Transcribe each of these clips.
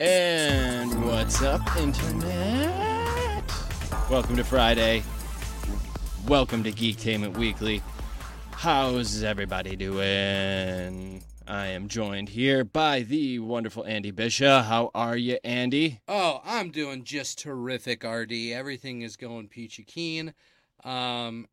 And what's up, Internet? Welcome to Friday. Welcome to Geektainment Weekly. How's everybody doing? I am joined here by the wonderful Andy Bisha. How are you, Andy? Oh, I'm doing just terrific, RD. Everything is going peachy keen. Um,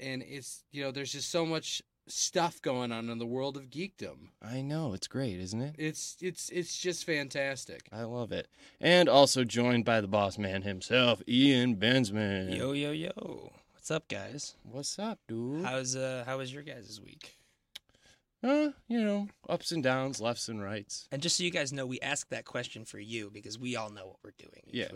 and it's, you know, there's just so much stuff going on in the world of geekdom. I know, it's great, isn't it? It's it's it's just fantastic. I love it. And also joined by the boss man himself, Ian Bensman. Yo yo yo. What's up guys? What's up, Mm-hmm. dude? How's uh how was your guys' week? uh, you know, ups and downs, lefts and rights. And just so you guys know, we asked that question for you because we all know what we're doing. Yeah.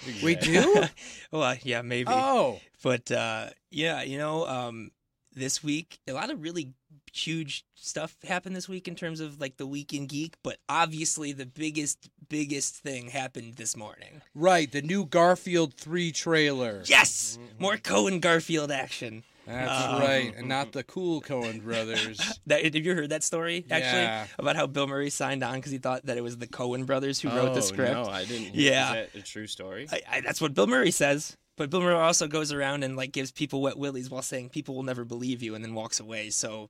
We usually. do? well, uh, yeah, maybe. Oh, But uh yeah, you know, um this week a lot of really huge stuff happened this week in terms of like the week in geek, but obviously the biggest biggest thing happened this morning. right, the new Garfield 3 trailer. Yes! Mm-hmm. More Cohen Garfield action. That's Um, right, and not the cool Cohen brothers. That have you heard that story actually Yeah. about how Bill Murray signed on because he thought that it was the Cohen brothers who wrote Oh, the script? No, I didn't. Yeah. Is that a true story? I, I, that's what Bill Murray says. But Bill Murray also goes around and like gives people wet willies while saying people will never believe you, and then walks away. So,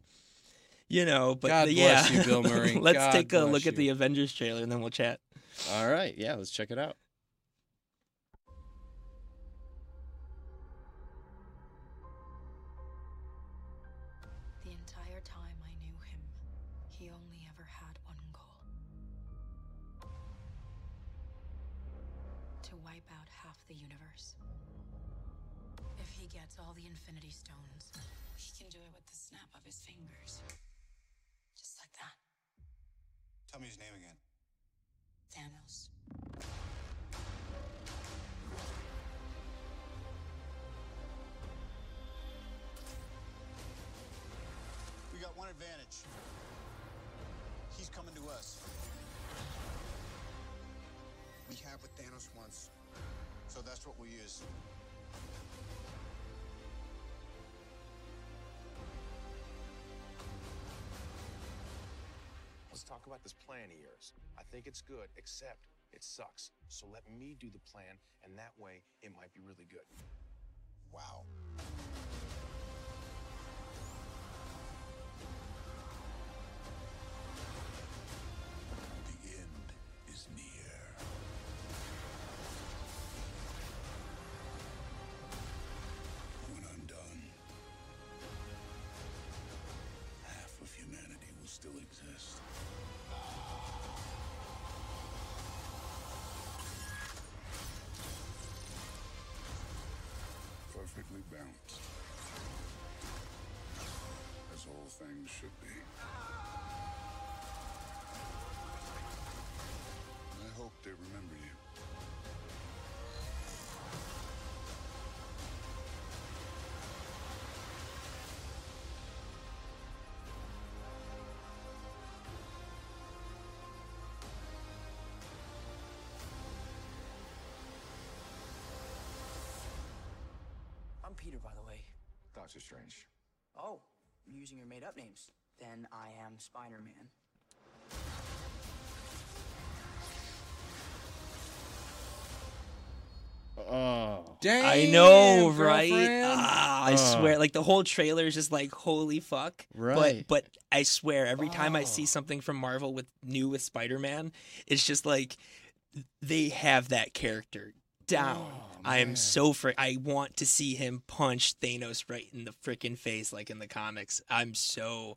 you know, but God the- bless yeah. you, Bill Murray. Let's God take a bless look at you. the Avengers trailer, and then we'll chat. All right. Yeah, let's check it out. The entire time I knew him, he only ever had one goal to wipe out half the universe. If he gets all the Infinity Stones, he can do it with the snap of his fingers. Just like that. Tell me his name again. Thanos. We got one advantage. He's coming to us. We have what Thanos wants, so that's what we use. Let's talk about this plan of yours. I think it's good, except it sucks. So let me do the plan, and that way it might be really good. Wow. The end is near. When I'm done, half of humanity will still exist. Perfectly balanced. As all things should be. I hope they remember you. I'm Peter, by the way. Doctor Strange. Oh, you're using your made up names. Then I am Spider Man. Oh. Damn, I know, right? girlfriend. Ah, I Uh. swear, like the whole trailer is just like holy fuck. Right. But but I swear, every time I see something from Marvel with new with Spider Man, it's just like they have that character down. I am so fr- I want to see him punch Thanos right in the freaking face, like in the comics. I'm so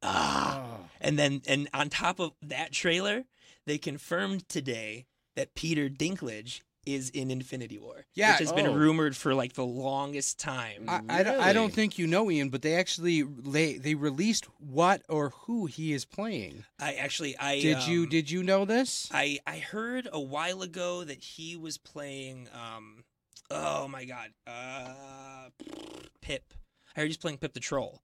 ah. Oh. And then and on top of that trailer, they confirmed today that Peter Dinklage is in Infinity War. Yeah. Which has been Oh. rumored for like the longest time. I, I, don't, I Really? don't think you know Ian, but they actually they, they released what or who he is playing. I actually I Did you um, did you know this? I I heard a while ago that he was playing um oh my god. Uh Pip. I heard he's playing Pip the Troll.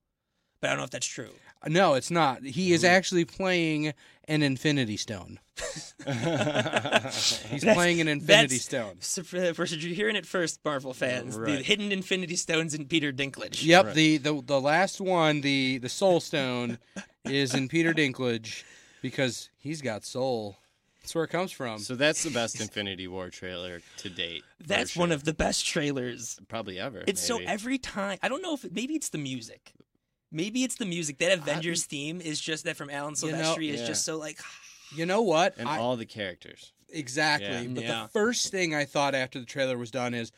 But I don't know if that's true. No, it's not. He is actually playing an Infinity Stone. He's That's- playing an Infinity that's- Stone. So for, for you're hearing it first, Marvel fans, the Right. hidden Infinity Stones in Peter Dinklage. Yep, the, the the last one, the the Soul Stone, is in Peter Dinklage because he's got soul. That's where it comes from. So that's the best Infinity War trailer to date. for That's one sure. of the best trailers. probably ever. It's maybe. so every time I don't know if it, maybe it's the music. Maybe it's the music. That Avengers theme is just that from Alan You know- Silvestri is Yeah. just so like you know what? and I- all the characters. Exactly. Yeah. But Yeah. the first thing I thought after the trailer was done is,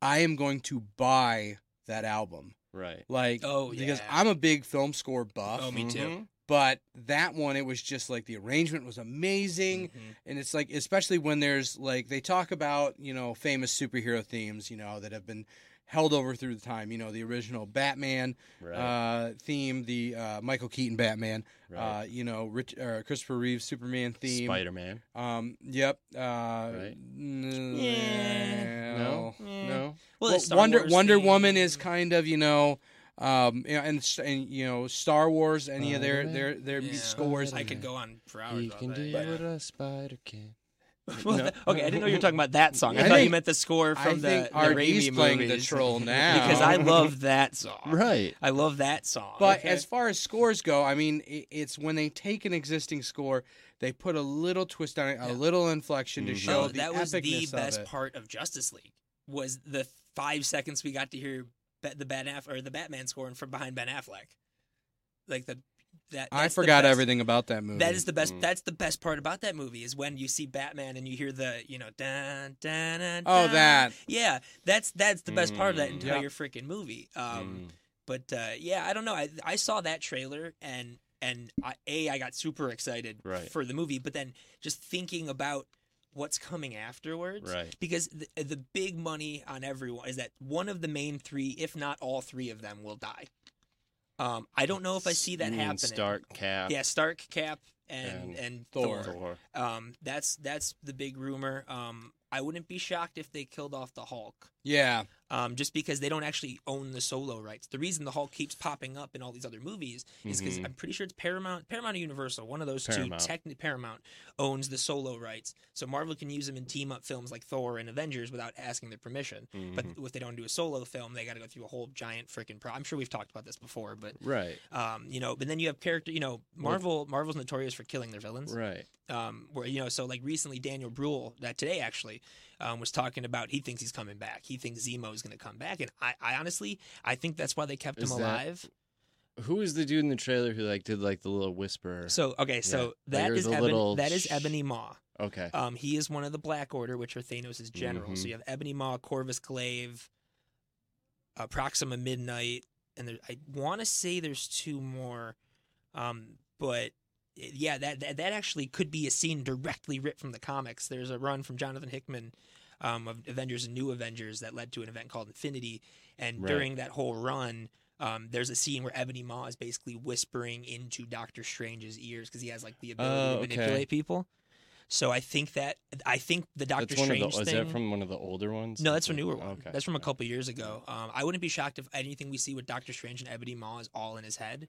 I am going to buy that album. Right. Like, Oh, because yeah. I'm a big film score buff. Oh, me too. Mhm. But that one, it was just like the arrangement was amazing. Mm-hmm. And it's like, especially when there's like, they talk about, you know, famous superhero themes, you know, that have been held over through the time. You know, the original Batman Right. uh, theme, the uh, Michael Keaton Batman, right. uh, you know, Rich, uh, Christopher Reeve Superman theme. Spider Man. Um. Yep. Uh, Right? n- Yeah. No. No. Yeah. No. Mm. well, Well, it's Star Wonder Wars Wonder theme. Woman is kind of you know, um, you know, and s- and you know Star Wars, any of their their their Yeah. scores. I could go on for hours. You about can that, do yeah. what a spider can. Well, No. th- Okay, I didn't know you were talking about that song. I, I thought you think- meant the score I from the, think the RD's Raimi playing movies. the troll now because I love that song. Right. I love that song. But Okay. as far as scores go, I mean, i it's when they take an existing score, they put a little twist on it, a Yeah. little inflection to Mhm. show Oh, the that was epicness the of best it. part of Justice League was the five seconds we got to hear Ba- the Bat Aff- or the Batman scoring from behind Ben Affleck. Like the that I that's the forgot best- everything about that movie. That is the best. Mm. That's the best part about that movie is when you see Batman and you hear the you know dun dun dun. Oh, dun. that. Yeah, that's that's the best part of that Mm. entire freaking movie. Um, but uh, yeah, I don't know. I I saw that trailer and and I, a I got super excited Right. for the movie, but then just thinking about what's coming afterwards, Right. Because the, the big money on everyone is that one of the main three, if not all three of them, will die. Um, I don't know if I see that You mean happening. Mm, Stark Cap. Yeah, Stark, Cap, and And and, Thor. Thor. Thor. Um, that's that's the big rumor. Um, I wouldn't be shocked if they killed off the Hulk. yeah. Um, just because they don't actually own the solo rights. The reason the Hulk keeps popping up in all these other movies is because Mhm. I'm pretty sure it's Paramount, Paramount or Universal, one of those Paramount. two. Technically, Paramount owns the solo rights, so Marvel can use them in team up films like Thor and Avengers without asking their permission. Mm-hmm. But if they don't do a solo film, they got to go through a whole giant freaking. Pro- I'm sure we've talked about this before, but Right. um, you know, but then you have character, you know, Marvel. Marvel's notorious for killing their villains. Right. Um, where you know, so like recently, Daniel Bruhl, that today actually, um, was talking about he thinks he's coming back. He thinks Zemo is going to come back, and I, I honestly, I think that's why they kept Is him that- alive. Who was the dude in the trailer who like did like the little whisperer? So okay, so Yeah. Like, that there's is a Ebon- little that is sh- Ebony Maw. okay. Mm-hmm. Um, he is one of the Black Order, which are Thanos' generals. So you have Ebony Maw, Corvus Glaive, uh, Proxima Midnight, and there, I want to say there's two more, um, but it- yeah, that, that that actually could be a scene directly ripped from the comics. There's a run from Jonathan Hickman um, of Avengers and New Avengers that led to an event called Infinity, and Right. during that whole run. Um, there's a scene where Ebony Maw is basically whispering into Doctor Strange's ears because he has like the ability Oh, to okay. manipulate people. So I think that I think the Doctor that's one Strange of the. Is thing. that from one of the older ones? no, that's a from newer one. Okay. That's from a couple years ago. Um, I wouldn't be shocked if anything we see with Doctor Strange and Ebony Maw is all in his head.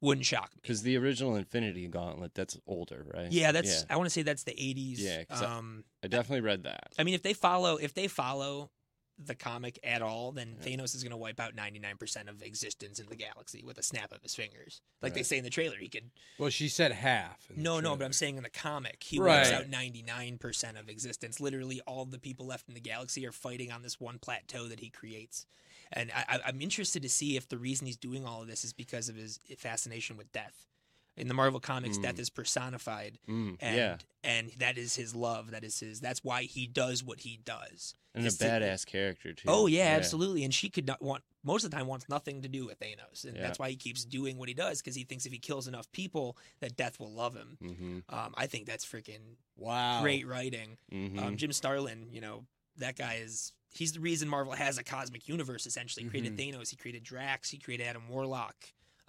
Wouldn't shock me. Because the original Infinity Gauntlet, that's older, right? Yeah, that's I want to say that's the 80s. Yeah, 'cause I- um, I definitely read that. I mean, if they follow if they follow the comic at all, then Thanos is going to wipe out 99% of existence in the galaxy with a snap of his fingers. Like they Right. say in the trailer, he could Well, she said half. in the No, no, but I'm trailer. saying in the comic, he wipes Right. out 99% of existence. Literally, all the people left in the galaxy are fighting on this one plateau that he creates. And I, I, I'm interested to see if the reason he's doing all of this is because of his fascination with death. In the Marvel comics, death is personified, Mm, and yeah, and that is his love. That is his. That's why he does what he does. and a is to- badass character too. Oh yeah, absolutely. And she could not want most of the time wants nothing to do with Thanos, and Yeah. that's why he keeps doing what he does because he thinks if he kills enough people, that death will love him. Mm-hmm. Um, I think that's freaking wow. great writing. Mm-hmm. Um, Jim Starlin, you know, that guy is he's the reason Marvel has a cosmic universe. Essentially, he created Thanos, he created Drax, he created Adam Warlock,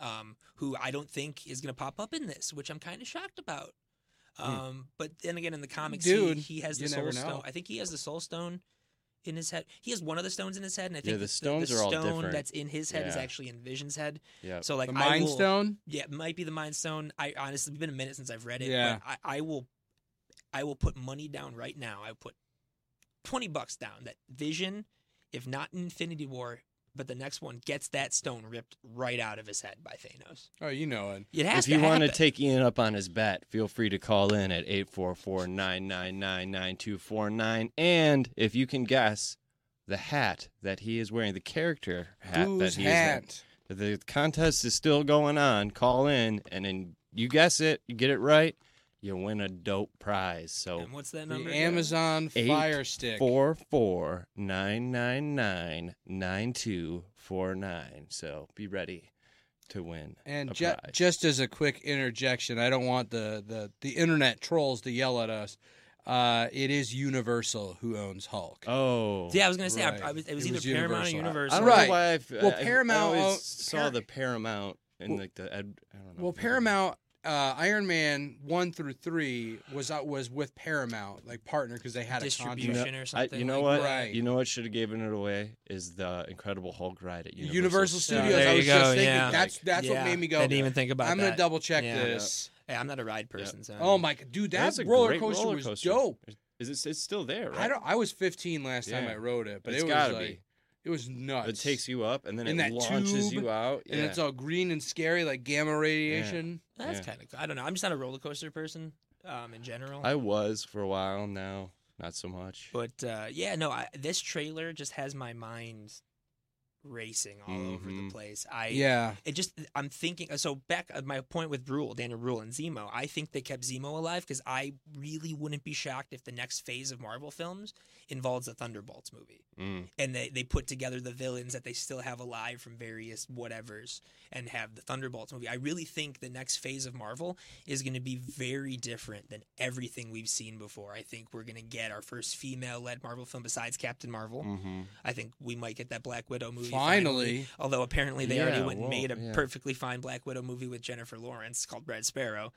um, who I don't think is going to pop up in this, which I'm kind of shocked about. Um, But then again, in the comics, he- Dude, he, has the you Soul never Stone. know. I think he has the Soul Stone in his head. He has one of the stones in his head, and I think the stones the are all stone different. that's in his head is Yeah. actually in Vision's head. yeah. So like the I Mind will- Stone. yeah, it might be the Mind Stone. I honestly, it's been a minute since I've read it. Yeah. But I, I will, I will put money down right now. I will put twenty bucks down that Vision, if not Infinity War, but the next one gets that stone ripped right out of his head by Thanos. Oh, you know it. It has if you to want to happen. take Ian up on his bet, feel free to call in at 844-999-9249. And if you can guess the hat that he is wearing, the character hat Whose that he is wearing. hat? The contest is still going on. Call in, and then you guess it, you get it right, you win a dope prize. So And what's that The number? again? Amazon Eight, Fire Stick. four four nine nine nine nine two four nine. So be ready to win. a And ju- prize. just as a quick interjection, I don't want the, the, the internet trolls to yell at us. Uh, it is Universal who owns Hulk. oh Yeah, I was gonna say I, I Right. was. It It was was either Paramount or Universal. Universal. I don't Right. know why. I've, Well, I- I, Paramount I always own- saw the Paramount and Well- like the Ed, I don't know. Well, Paramount uh, Iron Man one through three was uh, was with Paramount like partner because they had You know, a Distribution. contract. or I- something you know like what? that. Right. You know what should have given it away is the Incredible Hulk ride at Universal, Universal Studios. Studios. There I you was just go, thinking yeah. that's that's Yeah, what made me go. I didn't even think about I'm gonna that. double check Yeah. this. Hey, I'm not a ride person, so Oh my god, dude, that That's a roller great coaster, roller was coaster. dope. Is it? It's still there, right? I don't. I was 15 last time Yeah. I rode it, but It's it was gotta like be. it was nuts. It takes you up and then In it that launches tube, you out. and yeah. it's all green and scary like gamma radiation. that's yeah. kind of. Cool. I don't know. I'm just not a roller coaster person, um, in general. I was for a while now, not so much. but uh, yeah, no. I, this trailer just has my mind racing all over the Mhm. place. I Yeah, It just I'm thinking so back uh, my point with Rule, Daniel Rule and Zemo, I think they kept Zemo alive because I really wouldn't be shocked if the next phase of Marvel films involves a Thunderbolts movie. Mm. And they, they put together the villains that they still have alive from various whatevers and have the Thunderbolts movie. I really think the next phase of Marvel is going to be very different than everything we've seen before. I think we're going to get our first female led Marvel film besides Captain Marvel. Mhm. I think we might get that Black Widow movie. Finally. Although apparently they already Yeah, went well, and made a yeah. perfectly fine Black Widow movie with Jennifer Lawrence called Red Sparrow.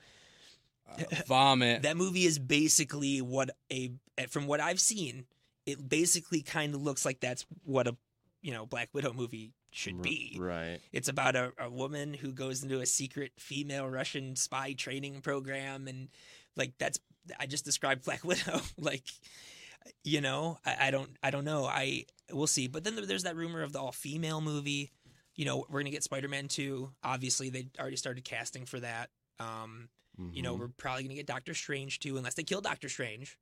vomit. That movie is basically what a eh, from what I've seen, it basically kind of looks like that's what a you know Black Widow movie should R- be. right. It's about a, a woman who goes into a secret female Russian spy training program, and like that's I just described Black Widow. like, you know, I, I don't, I don't know. I we'll see. But then there- there's that rumor of the all female movie. You know, we're gonna get Spider Man two. Obviously, they already started casting for that. Um, You know, Mhm. we're probably gonna get Doctor Strange too, unless they kill Doctor Strange.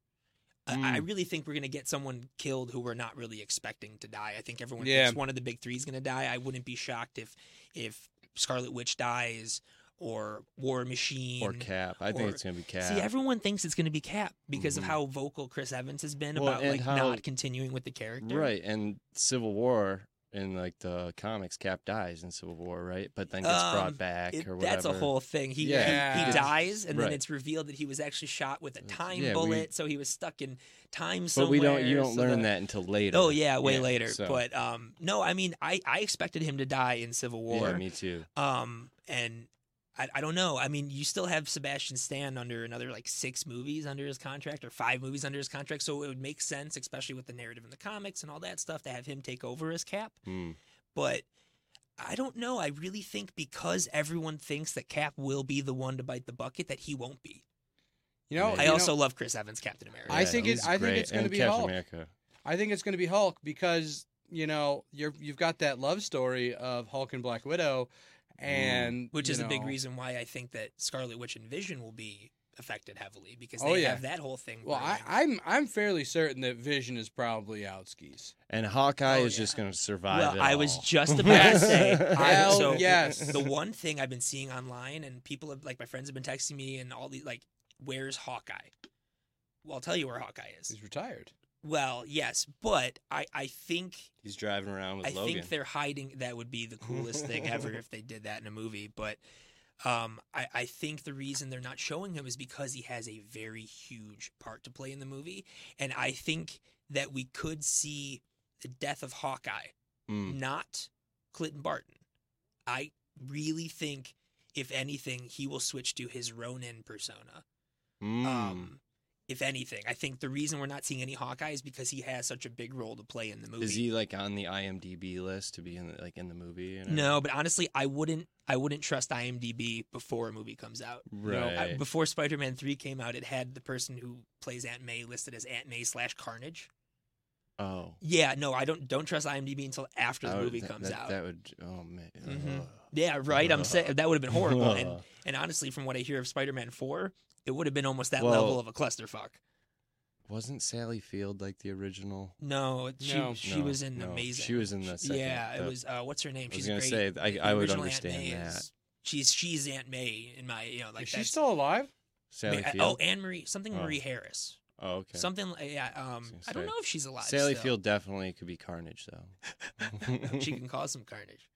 I- I Mm. really think we're gonna get someone killed who we're not really expecting to die. I think everyone Yeah. thinks one of the big three is gonna die. I wouldn't be shocked if if Scarlet Witch dies or War Machine or Cap. I think or- it's gonna be Cap. See, everyone thinks it's going to be Cap because Mhm. of how vocal Chris Evans has been Well, about and like how- not continuing with the character. Right, and Civil War in like the comics, Cap dies in Civil War, right? But then gets Um, brought back It- or whatever. that's a whole thing. He, he- he, Yeah. dies, and then Right. it's revealed that he was actually shot with a time yeah, we- bullet, so he was stuck in time somewhere. But we don't. You don't so learn the- that until later. Oh yeah, way later. so- But um, no, I mean, I I expected him to die in Civil War. yeah, me too. Um, and I, I don't know. I mean, you still have Sebastian Stan under another like six movies under his contract or five movies under his contract. So it would make sense, especially with the narrative in the comics and all that stuff, to have him take over as Cap. Mm. But I don't know. I really think because everyone thinks that Cap will be the one to bite the bucket, that he won't be. you know, I you I know, also love Chris Evans, Captain America. I think it- he's I think great, it's gonna and be Captain Hulk. America. I think it's going to be Hulk because you know you're you've got that love story of Hulk and Black Widow, and Mm. which you is a big know- reason why I think that Scarlet Witch and Vision will be affected heavily because they Oh, yeah. have that whole thing. Well, I, brewing. I'm I'm fairly certain that Vision is probably outskis. And Hawkeye Oh, is just yeah. going to survive. Well, it I was all. Mm. just about to say. I, Hell so yes. The one thing I've been seeing online, and people have like my friends have been texting me, and all these like, "Where's Hawkeye?" Well, I'll tell you where Hawkeye is. He's retired. Well, yes, but I I think He's driving around with I Logan. think they're hiding. That would be the coolest thing ever if they did that in a movie. But um, I, I think the reason they're not showing him is because he has a very huge part to play in the movie, and I think that we could see the death of Hawkeye, Mm. not Clinton Barton. I really think, if anything, he will switch to his Ronin persona. Mm. Um, if anything, I think the reason we're not seeing any Hawkeye is because he has such a big role to play in the movie. is he like on the IMDb list to be in the, like in the movie? and No, but honestly, I wouldn't. I wouldn't trust IMDb before a movie comes out. everything? I- right. before Spider-Man Three came out, it had the person who plays Aunt May listed as Aunt May slash Carnage. Oh. Yeah, no, I don't don't trust IMDb until after the I would- movie that- comes that- out. That would. Oh man. Mhm. Ugh. yeah, right. I'm saying that would have been horrible. and Ugh. and honestly, from what I hear of Spider-Man Four, it would have been almost that Well- level of a clusterfuck. Wasn't Sally Field like the original? No, she No. she No, was in no, amazing. She was in the second. yeah, the- it was. Uh, what's her name? I was she's gonna great. say The I, I would original Aunt understand May that. is- she's she's Aunt May in my you know like Is she that's- still alive? Sally Ma- Field. Oh, Anne Marie something Oh. Marie Harris. Oh, okay. Something like yeah. Um, gonna I don't say, know if she's alive. Sally still. Field definitely could be Carnage though. she can cause some carnage.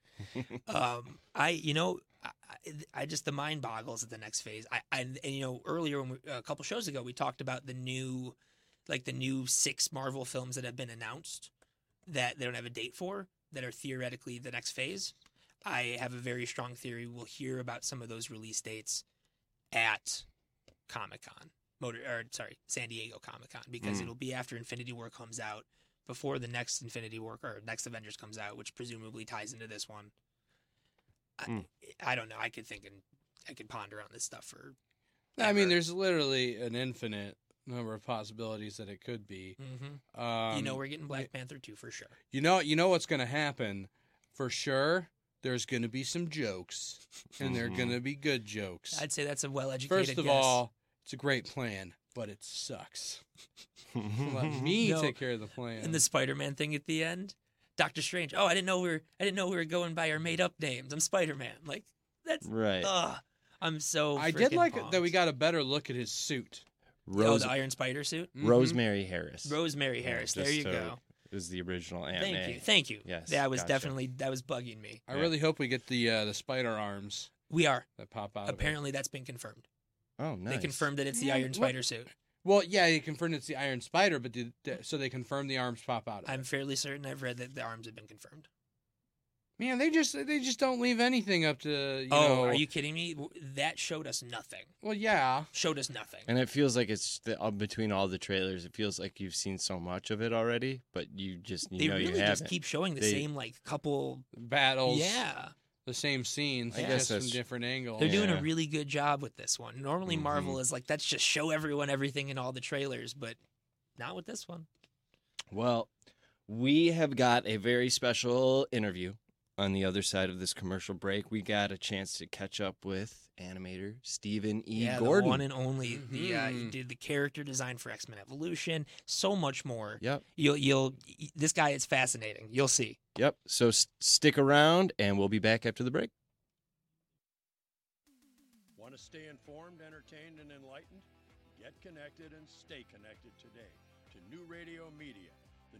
Um, I, you know, I, I- I just the mind boggles at the next phase. I, I and you know, earlier when we, a couple shows ago, we talked about the new, like the new six Marvel films that have been announced that they don't have a date for that are theoretically the next phase. I have a very strong theory. We'll hear about some of those release dates at Comic Con, Motor, or sorry, San Diego Comic Con, because Mm. it'll be after Infinity War comes out, before the next Infinity War or next Avengers comes out, which presumably ties into this one. I, Mm. I don't know. I could think and I could ponder on this stuff for. I mean, ever. there's literally an infinite number of possibilities that it could be. Mhm. Um, you know we're getting Black Panther two for sure. You know, you know what's going to happen for sure. There's going to be some jokes, and they're Mhm. going to be good jokes. I'd say that's a well educated. First of all, it's a great plan, but it sucks. Let me No. take care of the plan. and the Spider Man thing at the end, Doctor Strange. Oh, I didn't know we were. I didn't know we were going by our made up names. I'm Spider Man. Like that's. right. Ugh, I'm so. I did freaking like pumped. that we got a better look at his suit. oh, Rose, the Iron Spider suit. Mhm. Rosemary Harris. mm-hmm. Rosemary Yeah, Harris. there just you so- go. Is the original Aunt Thank May. you. Thank you. Yes, That was gotcha. definitely that was bugging me. I Yeah. really hope we get the uh, the spider arms We are. that pop out. of it. Apparently that's been confirmed. Oh, nice. They confirmed that it's the Yeah, Iron what- Spider suit. Well, yeah, they confirmed it's the Iron Spider, but the, the- so they confirm the arms pop out. Of I'm it. fairly certain I've read that the arms have been confirmed. Man, they just they just don't leave anything up to you oh, know. are you kidding me? W- That showed us nothing. Well, yeah. Showed us nothing. And it feels like it's the, uh, between all the trailers. It feels like you've seen so much of it already, but you just you they know really you haven't. just keep showing the They- same like couple Battles. Yeah. The same scenes. I I guess guess from that's- different angles. They're doing a Yeah. Mm-hmm. really good job with this one. Normally Marvel is like that's just show everyone everything in all the trailers, but not with this one. Well, we have got a very special interview on the other side of this commercial break. We got a chance to catch up with animator Stephen E. yeah, Gordon. the one and only. The uh, he Mhm. did the character design for X Men Evolution, so much more. Yep, You'll you'll this guy is fascinating. You'll see. yep. So s- stick around, and we'll be back after the break. Want to stay informed, entertained, and enlightened? Get connected and stay connected today to New Radio Media. The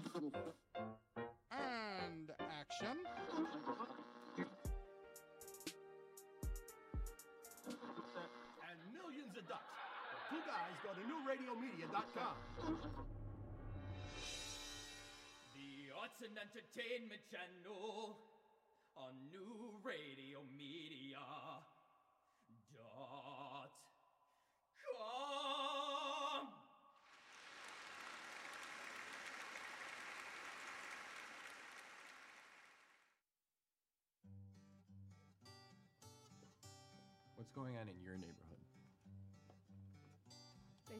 And action. and millions of ducks. Two guys go to newradiomedia.com. The Arts and Entertainment Channel on New Radio Media dot com. What's going on in your neighborhood? They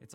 It's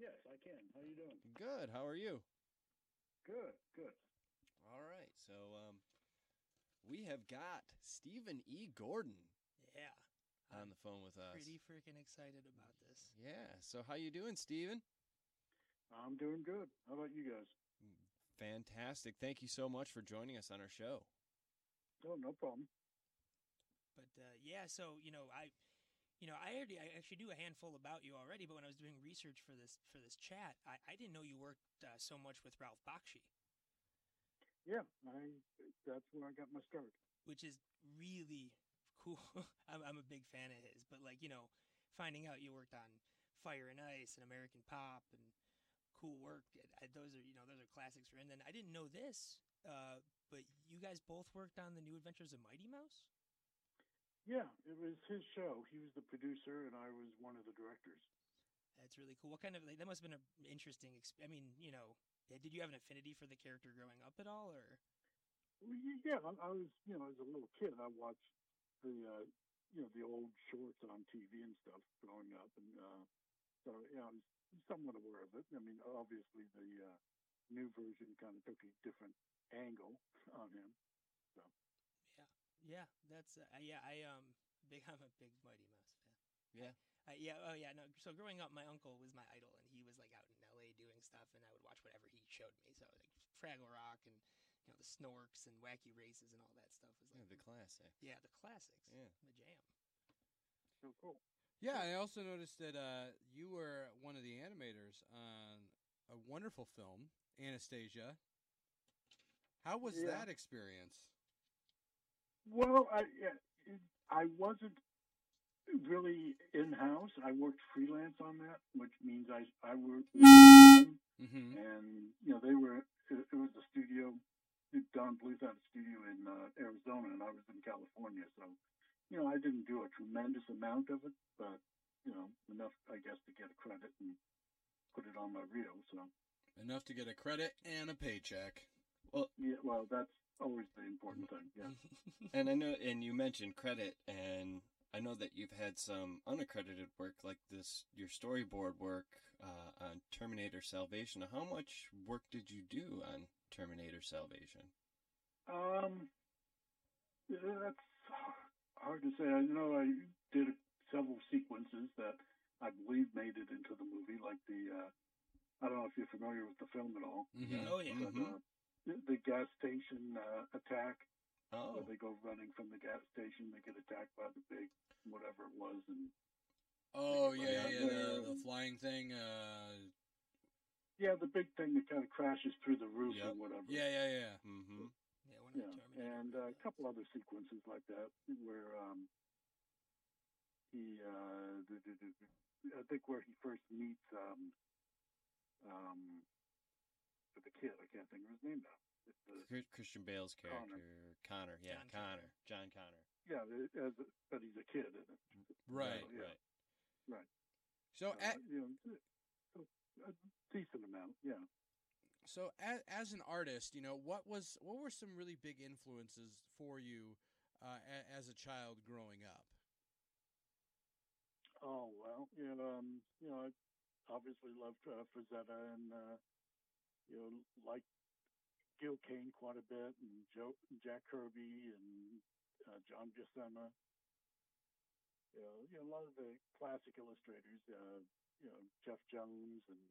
Yes, I can. How you doing? Good. How are you? Good, good. All right. So um, we have got Stephen E. Gordon Yeah. on the phone with us. Pretty freaking excited about this. Yeah. So how you doing, Stephen? I'm doing good. How about you guys? Fantastic. Thank you so much for joining us on our show. Oh, no problem. But uh, yeah, so you know, I, you know, I already I actually do a handful about you already. But when I was doing research for this for this chat, I, I didn't know you worked uh, so much with Ralph Bakshi, Yeah, I. That's where I got my start. which is really cool. I'm, I'm a big fan of his. But like you know, finding out you worked on Fire and Ice and American Pop and cool work. I, I- those are you know those are classics. And then I didn't know this, uh, but you guys both worked on the New Adventures of Mighty Mouse. Yeah, it was his show. He was the producer, and I was one of the directors. That's really cool. What kind of like, that must have been an interesting. Exp- I mean, you know, eh, did you have an affinity for the character growing up at all, or Well, y- Yeah, I I was. You know, as a little kid, I watched the, uh, you know, the old shorts on TV and stuff growing up, and uh, so yeah, I was somewhat aware of it. I mean, obviously the uh, new version kind of took a different angle on him. So yeah, yeah, that's uh, yeah. I um, big. I'm a big Mighty Mouse fan. Yeah. I, yeah, oh yeah, no. So growing up, my uncle was my idol, and he was like out in L.A. doing stuff, and I would watch whatever he showed me. So like Fraggle Rock and you know the Snorks and Wacky Races and all that stuff was like Yeah, the classic. yeah the classics. Yeah. my jam. So cool. Yeah, and I also noticed that uh, you were one of the animators on a wonderful film, Anastasia. How was Yeah. that experience? Well, I yeah, I wasn't really in house. I worked freelance on that, which means I I worked with them, Mm-hmm. and you know they were it, it was a studio. Don Bluth had a studio in uh, Arizona, and I was in California, so you know I didn't do a tremendous amount of it, but you know enough I guess to get a credit and put it on my reel. So eh? Enough to get a credit and a paycheck. Well, yeah, well that's always the important thing. Yeah. And I know, and you mentioned credit, and I know that you've had some unaccredited work like this, your storyboard work uh, on Terminator Salvation. How much work did you do on Terminator Salvation? Um, yeah, that's hard to say. I know I did several sequences that I believe made it into the movie, like the. Uh, I don't know if you're familiar with the film at all. Mhm. Oh, yeah. But, uh, Mhm. the, the gas station uh, attack. Oh. Where they go running from the gas station, they get attacked by the big whatever it was, and Oh yeah, Yeah, yeah, yeah. the, the flying thing. Uh, yeah, the big thing that kind of crashes through the roof or whatever. yeah, yeah, yeah. Mm-hmm. Yeah, one yeah, and uh, a couple other sequences like that where um, he, uh, d- d- d- I think where he first meets um, um, the kid. I can't think of his name now. It's the- Chris- Christian Bale's Connor. character, Connor. yeah, John Connor. Connor. John Connor. yeah, it- as a- but he's a kid, isn't it? Right. yeah, right. right. So, at, you know, so a decent amount, yeah. So as, as an artist, you know, what was what were some really big influences for you uh, a, as a child growing up? Oh well, you know, um, you know, I obviously loved uh, Frazetta and uh, you know, liked Gil Kane quite a bit, and Joe, Jack Kirby, and uh, John Buscema. You know, you know, a lot of the classic illustrators, uh, you know, Jeff Jones, and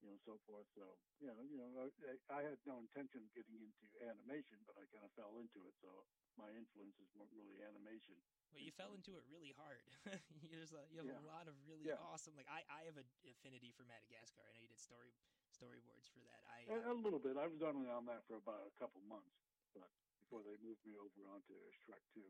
you know, so forth. So, you know, you know, I, I had no intention of getting into animation, but I kind of fell into it. So, my influences weren't really animation. Well, you fell into it really hard. You- There's a, you have Yeah. a lot of really Yeah. awesome. Like I, I have an affinity for Madagascar. I know you did story storyboards for that. I A, a little bit. I was only on that for about a couple months, but before they moved me over onto Shrek 2.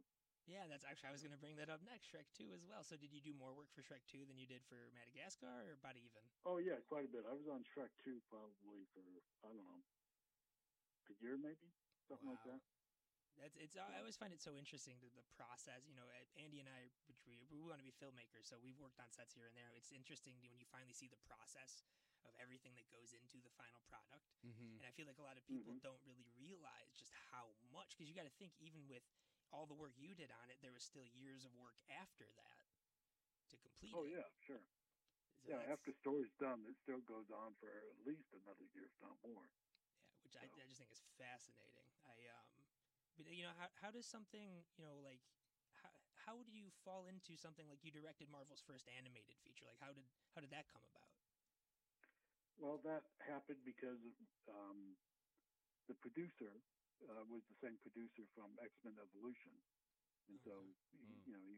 yeah, that's actually I was going to bring that up next. Shrek Two as well. So did you do more work for Shrek Two than you did for Madagascar, or about even? Oh yeah, quite a bit. I was on Shrek 2 probably for I don't know a year maybe, something like Wow. that. That's it's. I always find it so interesting that the process. You know, a- Andy and I, which we we want to be filmmakers, so we've worked on sets here and there. It's interesting when you finally see the process of everything that goes into the final product. Mm-hmm. And I feel like a lot of people Mhm. don't really realize just how much, because you got to think, even with all the work you did on it, there was still years of work after that to complete Oh it. yeah, sure. So yeah, that's- after story's done, it still goes on for at least another year, if not more. which I, I just think is fascinating. I um, but you know, how how does something you know like how how do you fall into something like you directed Marvel's first animated feature? Like how did how did that come about? Well, that happened because um, the producer uh, was the same producer from X Men Evolution, and so he, you know he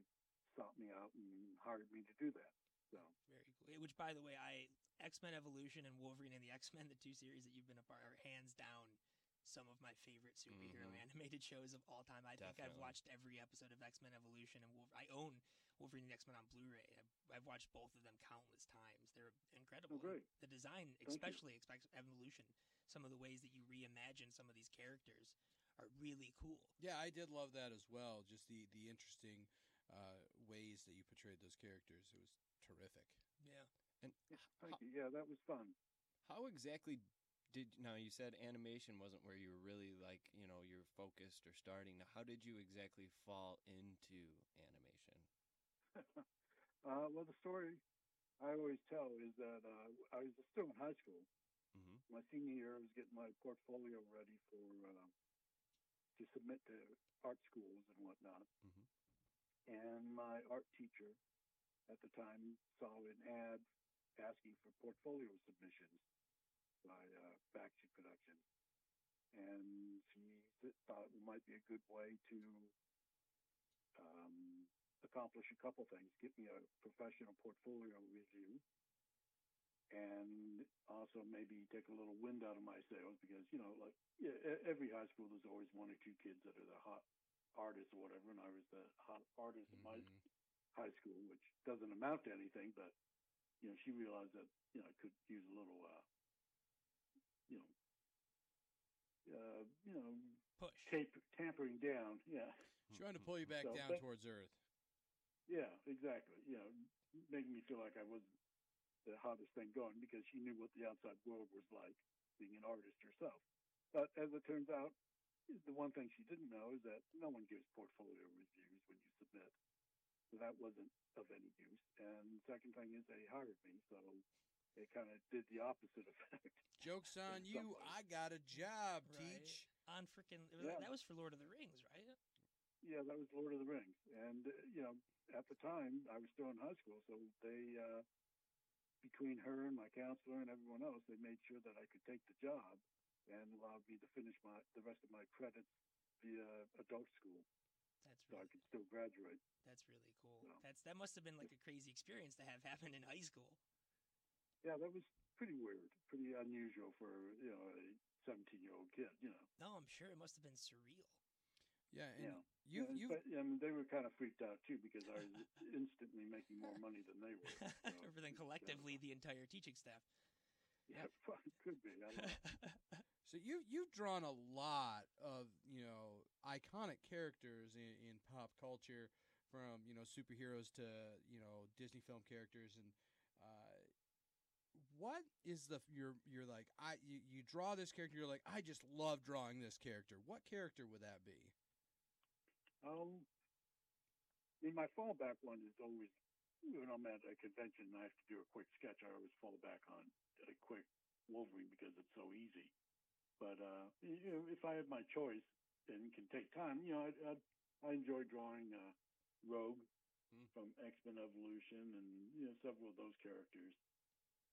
sought me out and hired me to do that. So Very cool. Which, by the way, I X Men Evolution and Wolverine and the X Men, the two series that you've been a part, are hands down some of my favorite superhero Mhm. animated shows of all time. I think I've Definitely. watched every episode of X Men Evolution and Wolverine. I own Wolverine and X Men on Blu-ray. I've, I've watched both of them countless times. They're Oh, incredible. And Oh, great. The design, Thank you. especially Expect Evolution, some of the ways that you reimagine some of these characters are really cool. Yeah, I did love that as well. Just the the interesting uh, ways that you portrayed those characters. It was terrific. Yeah. And thank you. Yeah, that was fun. How exactly did now you said animation wasn't where you were really like, you know, you're focused or starting. Now, how did you exactly fall into animation? Uh, well, the story I always tell is that uh, I was still in high school. Mhm. My senior year, I was getting my portfolio ready for uh, to submit to art schools and whatnot. Mhm. And my art teacher at the time saw an ad asking for portfolio submissions by uh, Baxi Production, and she th- thought it might be a good way to um, accomplish a couple things: get me a professional portfolio review, and also maybe take a little wind out of my sails because you know, like yeah, e- every high school, there's always one or two kids that are the hot artists or whatever, and I was the hot artist in my Mm-hmm, high school, which doesn't amount to anything, but you know, she realized that you know I could use a little, uh, you know, uh, you know, push tape, tampering down. Yeah, Trying to pull you back So, down thank- towards Earth. yeah, exactly. You know, making me feel like I wasn't the hottest thing going because she knew what the outside world was like, being an artist herself. But as it turns out, the one thing she didn't know is that no one gives portfolio reviews when you submit. So that wasn't of any use. And second thing is they hired me, so it kind of did the opposite effect. Jokes on In some you! ways. I got a job, Right? teach. on freaking Yeah. that was for Lord of the Rings, right? Yeah, that was Lord of the Rings, and uh, you know, at the time I was still in high school, so they, uh, between her and my counselor and everyone else, they made sure that I could take the job, and allowed me to finish my the rest of my credits via adult school, That's so really I could still graduate. That's really cool. Yeah. That's that must have been like a crazy experience to have happen in high school. Yeah, that was pretty weird, pretty unusual for you know a seventeen year old kid. You know, No, I'm sure it must have been surreal. Yeah, and yeah. you and, you but, I mean, they were kind of freaked out too because I was instantly making more money than they were. So, Rather than collectively the entire teaching staff. yeah, it could be. I don't know. So you you've drawn a lot of you know iconic characters in, in pop culture, from you know superheroes to you know Disney film characters, and uh, what is the your you're like I you, you draw this character you're like I just love drawing this character. What character would that be? Um, I mean, my fallback one is always when I'm at a convention and I have to do a quick sketch. I always fall back on a quick Wolverine because it's so easy. But uh, you know, if I had my choice and can take time, you know, I'd, I'd, I enjoy drawing uh, Rogue from X Men Evolution and you know several of those characters.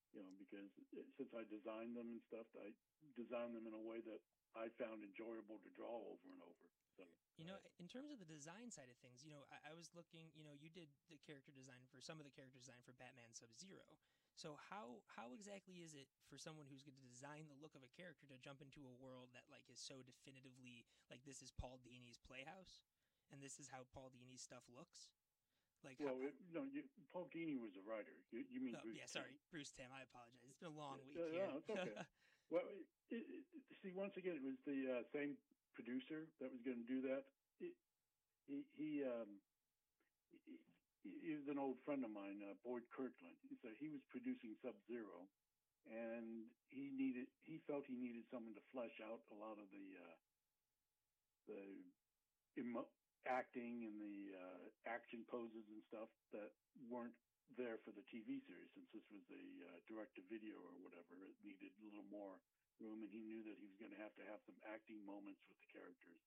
You know, because it, since I designed them and stuff, I designed them in a way that I found enjoyable to draw over and over. So You know, in terms of the design side of things, you know, I, I was looking. You know, you did the character design for some of the character design for Batman Sub Zero. So how how exactly is it for someone who's going to design the look of a character to jump into a world that like is so definitively like this is Paul Dini's playhouse, and this is how Paul Dini's stuff looks? Like how, well, it, no, you, Paul Dini was a writer. You, you mean? Oh, Bruce yeah, Timm. sorry, Bruce Tim. I apologize. It's been a long week Uh, here. no, it's okay. well, it, it, it- see, once again, it was the uh, same producer that was going to do that. It, he he, um, he, he was an old friend of mine, uh, Boyd Kirkland. So he was producing Sub Zero, and he needed he felt he needed someone to flesh out a lot of the uh, the emo- acting and the uh, action poses and stuff that weren't there for the TV series since this was a uh, direct-to-video or whatever. It needed a little more room, and he knew that he was going to have to have some acting moments with the characters.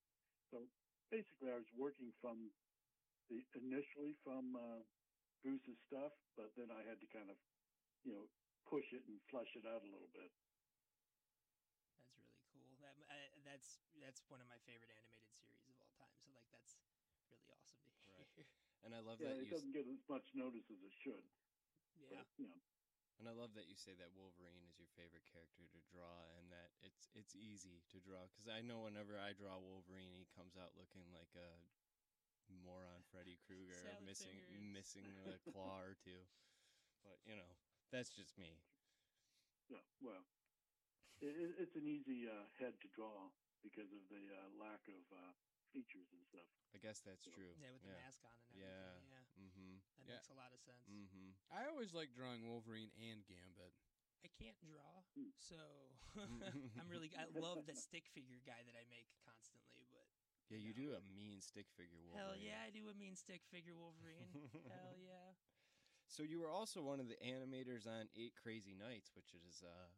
So basically, I was working from the initially from uh, Bruce's stuff, but then I had to kind of, you know, push it and flesh it out a little bit. That's really cool. That I, that's that's one of my favorite animated series of all time. So like that's really awesome to hear. Right. And I love yeah, that it you s- doesn't get as much notice as it should. Yeah. But, you know, And I love that you say that Wolverine is your favorite character to draw, and that it's it's easy to draw. Because I know whenever I draw Wolverine, he comes out looking like a moron, Freddy Krueger, Salad missing fingers. missing a claw or two. But you know, that's just me. yeah, well, it, it- it's an easy uh, head to draw because of the uh, lack of uh, features and stuff. I guess that's true. Yeah, with the mask on and everything, Yeah. yeah. Mm-hmm. That Yeah. makes a lot of sense. Mm-hmm. I always like drawing Wolverine and Gambit. I can't draw, Mm. so I'm really I love the stick figure guy that I make constantly, but Yeah, you do a mean stick figure Wolverine. Hell yeah, I do a mean stick figure Wolverine. Hell yeah. So you were also one of the animators on Eight Crazy Nights, which is uh,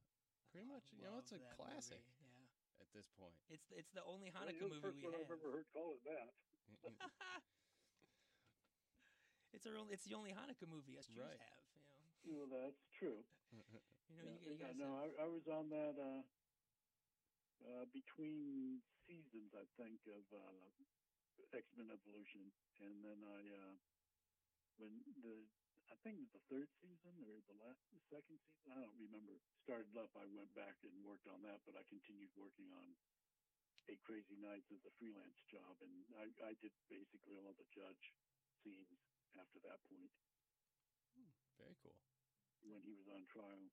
pretty much you know it's a Love that classic movie, Yeah. at this point. It's the, it's the only Yeah, Hanukkah you're movie the first we one have. I've ever heard call it that. It's our only, it's the only Hanukkah movie us Jews Right. have, you know. Well, that's true. You know, yeah, you, you yeah, guys no, have- I, I was on that uh, uh, between seasons, I think, of uh, X Men Evolution, and then I uh, when the I think it was the third season or the last the second season. I don't remember. Started up, I went back and worked on that, but I continued working on Eight Crazy Nights as a freelance job, and I, I did basically all the judge scenes after that point Hmm, Very cool. when he was on trial.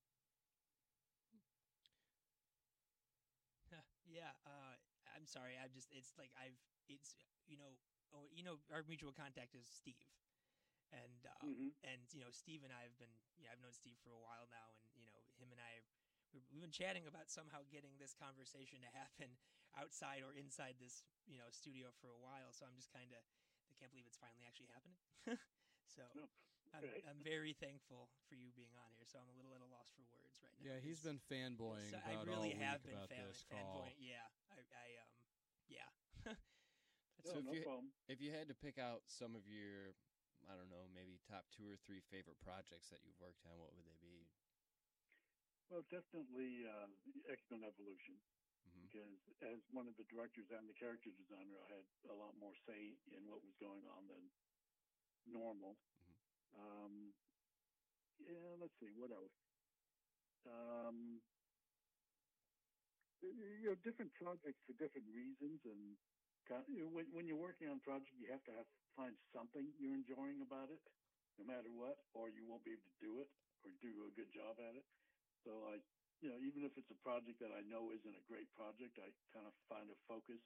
yeah, uh, I'm sorry. I'm just, it's like I've, it's, you know, oh, you know, our mutual contact is Steve, and um, Mhm. and you know, Steve and I have been, yeah, I've known Steve for a while now, and you know, him and I, we've we've been chatting about somehow getting this conversation to happen outside or inside this, you know, studio for a while. So I'm just kind of, I can't believe it's finally actually happening. so. I'm, Right. I'm very thankful for you being on here, so I'm a little at a loss for words right now. Yeah, he's been fanboying So about I really all have week been about fan- this call. fanboying. Yeah, I, I um, yeah. so if no you problem. if you had to pick out some of your, I don't know, maybe top two or three favorite projects that you've worked on, what would they be? Well, definitely uh, X Men Evolution, Mhm. because as one of the directors and the character designer, I had a lot more say in what was going on than normal. Um, yeah, let's see what else. Um, you know, different projects for different reasons, and kind you know, when, when you're working on a project, you have to have find something you're enjoying about it, no matter what, or you won't be able to do it or do a good job at it. So I, you know, even if it's a project that I know isn't a great project, I kind of find a focus.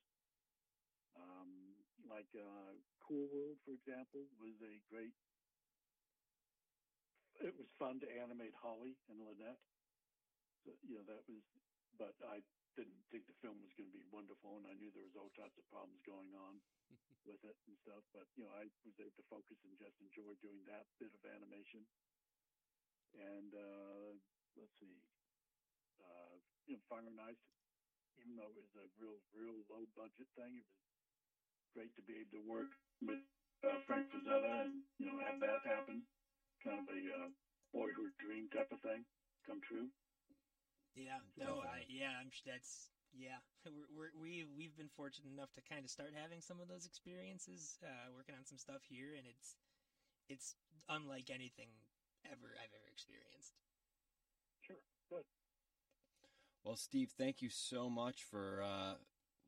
Um, like uh, Cool World, for example, was a great. It was fun to animate Holly and Lynette. So, you know that was, but I didn't think the film was going to be wonderful, and I knew there was all sorts of problems going on with it and stuff. But you know, I was able to focus and just enjoy doing that bit of animation. And uh, let's see, uh, you know, Fire and Ice, even though it was a real, real low budget thing, it was great to be able to work with uh, Frank Frazetta and, you know, have that happen. Kind of a uh, boyhood dream type of thing come true. Yeah, no, I, yeah, I'm. sh- That's yeah. We're, we're we we've been fortunate enough to kind of start having some of those experiences, uh, working on some stuff here, and it's it's unlike anything ever I've ever experienced. Sure. Good. Well, Steve, thank you so much for uh,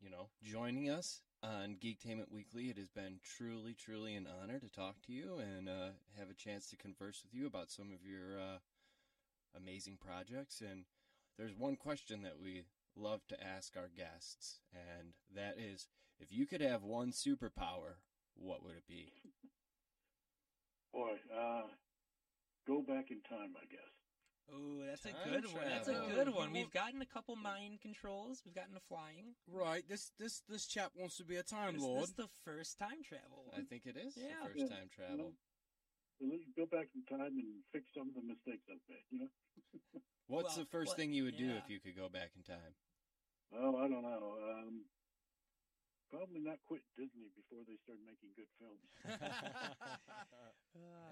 you know joining us on Geektainment Weekly. It has been truly, truly an honor to talk to you and uh, have a chance to converse with you about some of your uh, amazing projects. And there's one question that we love to ask our guests, and that is, if you could have one superpower, what would it be? Boy, uh, go back in time, I guess. Oh, that's a Time good one. That's a travel. good one. We've gotten a couple mind controls. We've gotten a flying. Right. This this this chap wants to be a time Is lord. this the first time travel? I think it is the Yeah. first time travel. go back in time and fix some of the mistakes I've made. You know. What's the Well, first what- thing you would do yeah. if you could go back in time? Oh, I don't know. Um, probably not quit Disney before they started making good films.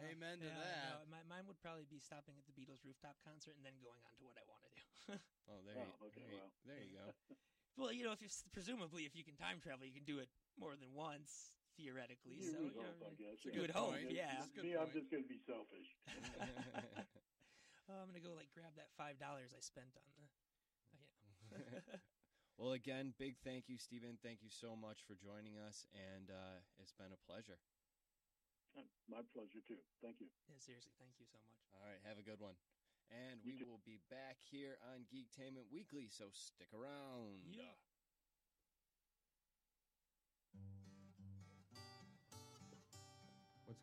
Amen to yeah, that. no, my, mine would probably be stopping at the Beatles rooftop concert and then going on to what I want to do. Oh, there, Oh, you, okay, there, you- well. there you go. well, you know, if you presumably if you can time travel, you can do it more than once theoretically. You so would you hope, know, I guess. you would hope, yeah. Me, I'm just going to be selfish. Oh, I'm gonna go like grab that five dollars I spent on the. Oh, yeah. well, again, big thank you, Stephen. Thank you so much for joining us, and uh, it's been a pleasure. My pleasure too. Thank you. yeah, seriously, thank you so much. All right, have a good one. And we will be back here on Geektainment Weekly, so stick around. Yeah. What's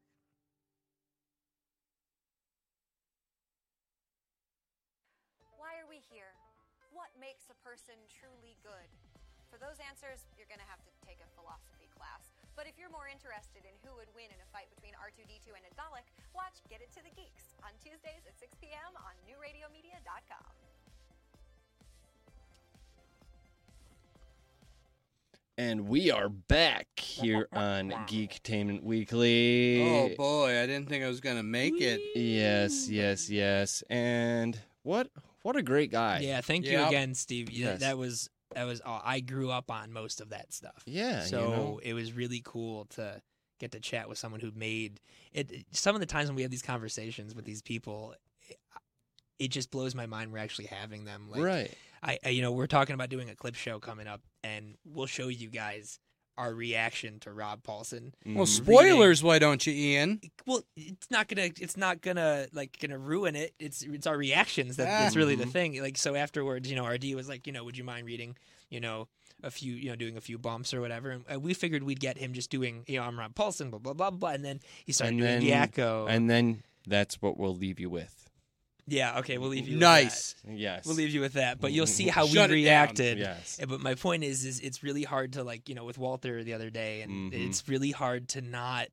Why are we here? What makes a person truly good? For those answers, you're going to have to take a philosophy class. But if you're more interested in who would win in a fight between R2D2 and a Dalek, watch Get It to the Geeks on Tuesdays at 6 p.m. on newradiomedia.com. And we are back here on Geektainment Weekly. Oh boy, I didn't think I was gonna make it. Yes, yes, yes. And what what a great guy. Yeah, thank you Yep. again, Steve. Yeah, Yes. That was that was all. I grew up on most of that stuff. Yeah, you so know. it was really cool to get to chat with someone who made it. it- Some of the times when we have these conversations with these people, it, it just blows my mind. We're actually having them. Like, Right. I, I you know we're talking about doing a clip show coming up, and we'll show you guys our reaction to Rob Paulson. Well, reading- spoilers, why don't you, Ian? well it's not gonna it's not gonna like gonna ruin it it's it's our reactions that that's really the Mm-hmm. Mhm. thing like so afterwards you know rd was like you know would you mind reading you know a few you know doing a few bumps or whatever and uh, we figured we'd get him just doing you know i'm ron paulson blah blah blah blah and then he and started doing then, yakko And then that's what we'll leave you with. yeah okay we'll leave you Nice. with that. Yes. we'll leave you with that but you'll see how Shut it we down. reacted Yes. Uh, but my point is is it's really hard to like you know with walter the other day and Mhm. it's really hard to not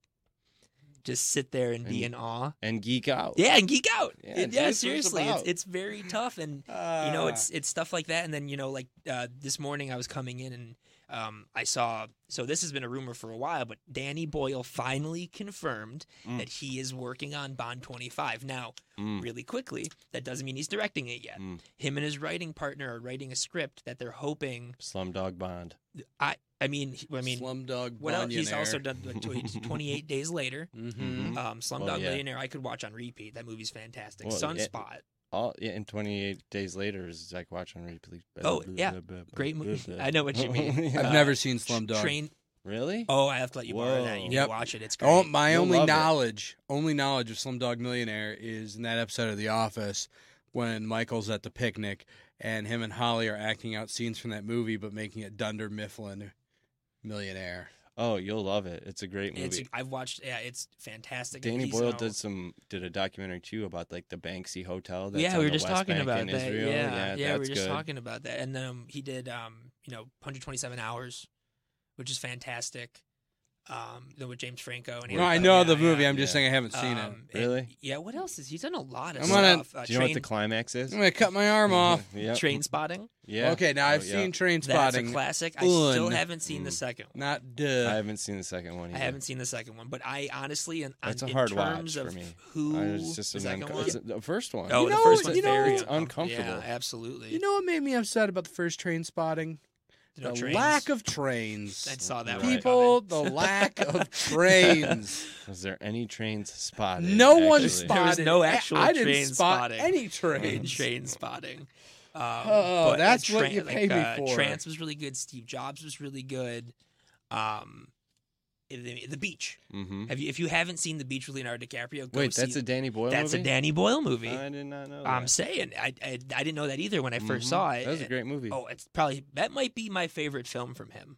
just sit there and be in awe and geek out. Yeah, and geek out. Yeah, It- that's Yeah, what it's seriously, it's, about. it's very tough, and you know, it's Ah. it's stuff like that. And then you know, like uh, this morning, I was coming in and um, I saw. So this has been a rumor for a while, but Danny Boyle finally confirmed Mm. that he is working on Bond 25. Now, Mm. really quickly, that doesn't mean he's directing it yet. Mm. Him and his writing partner are writing a script that they're hoping Slumdog Bond. I I mean he- I mean Slumdog What else? He's Millionaire. also done like, tw- 28 Days Later. Mhm. Um, Slumdog Oh, yeah. Millionaire. I could watch on repeat. That movie's fantastic. Well, yeah, Sunspot. all yeah, and 28 days later is like watching repeat. Oh, yeah. Great movie. I know what you mean. I've Uh, never seen Slumdog. Train. Really? Oh, I have to let you borrow that. You Whoa. need Yep. to watch it. It's great. Oh, my You'll only love it. knowledge, only knowledge of Slumdog Millionaire is in that episode of The Office when Michael's at the picnic and him and Holly are acting out scenes from that movie, but making it Dunder Mifflin Millionaire. Oh, you'll love it. It's a great movie. It's, I've watched. Yeah, it's fantastic. Danny He's, Boyle uh, did some did a documentary too about like the Banksy Hotel. That's yeah, on we were the just West talking Bank about in that. Israel. Yeah, yeah, we were that's just good. talking about that. And um, he did, um, you know, 127 hours, which is fantastic. Um, then with James Franco and No, I Eric- know yeah, the movie. yeah. I'm just saying I haven't seen it. Um, Really? Yeah. What else is he's done? A lot of I'm gonna- stuff. Do you know what the uh, Train- climax is? I'm gonna cut my arm off. Yep. Train Spotting. Yeah. Okay, now Oh, I've yeah. seen Train That's Spotting. a classic. I still haven't seen Mm. the second one. Not duh. I haven't seen the second one. I Either. haven't seen the second one, but I honestly, and That's on- a hard in watch terms for of me. who I was just the an second unco- one? it's the first one. Oh, You the know- first one's you know- very It's uncom- uncomfortable. Yeah, absolutely. You know what made me upset about the first Train Spotting? No the trains. lack of trains. I saw that one People, coming. the lack of trains. Was there any trains spotted? No one actually? spotted. There was no actual I didn't train spot spotting. any trains. Train spotting. Um, Oh, but that's a what you pay me uh, for. Trance was really good. Steve Jobs was really good. Um, the, the beach. Mhm. Have you, if you haven't seen The Beach with Leonardo DiCaprio, go Wait, see that's a it. Danny Boyle That's a movie? Danny Boyle movie. I did not know I'm that. saying I, I I didn't know that either when I 1st Mhm. saw it. That was a great movie. Oh, it's probably that might be my favorite film from him.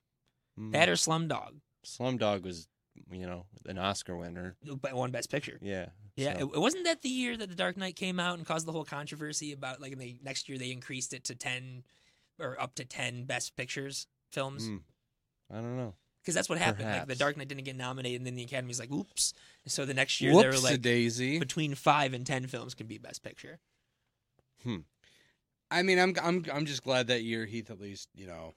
Mm. That or Slumdog, Slumdog was, you know, an Oscar winner. but won Best Picture. Yeah. Yeah, so- it, it wasn't that the year that The Dark Knight came out and caused the whole controversy about like, and they next year they increased it to ten or up to ten Best Pictures films Mm. I don't know. because that's what happened. Like The Perhaps. Dark Knight didn't get nominated, and then the Academy's like, "Oops!" And so the next year they were like, Daisy. between five and ten films can be Best Picture. I mean, I'm I'm I'm just glad that year Heath at least you know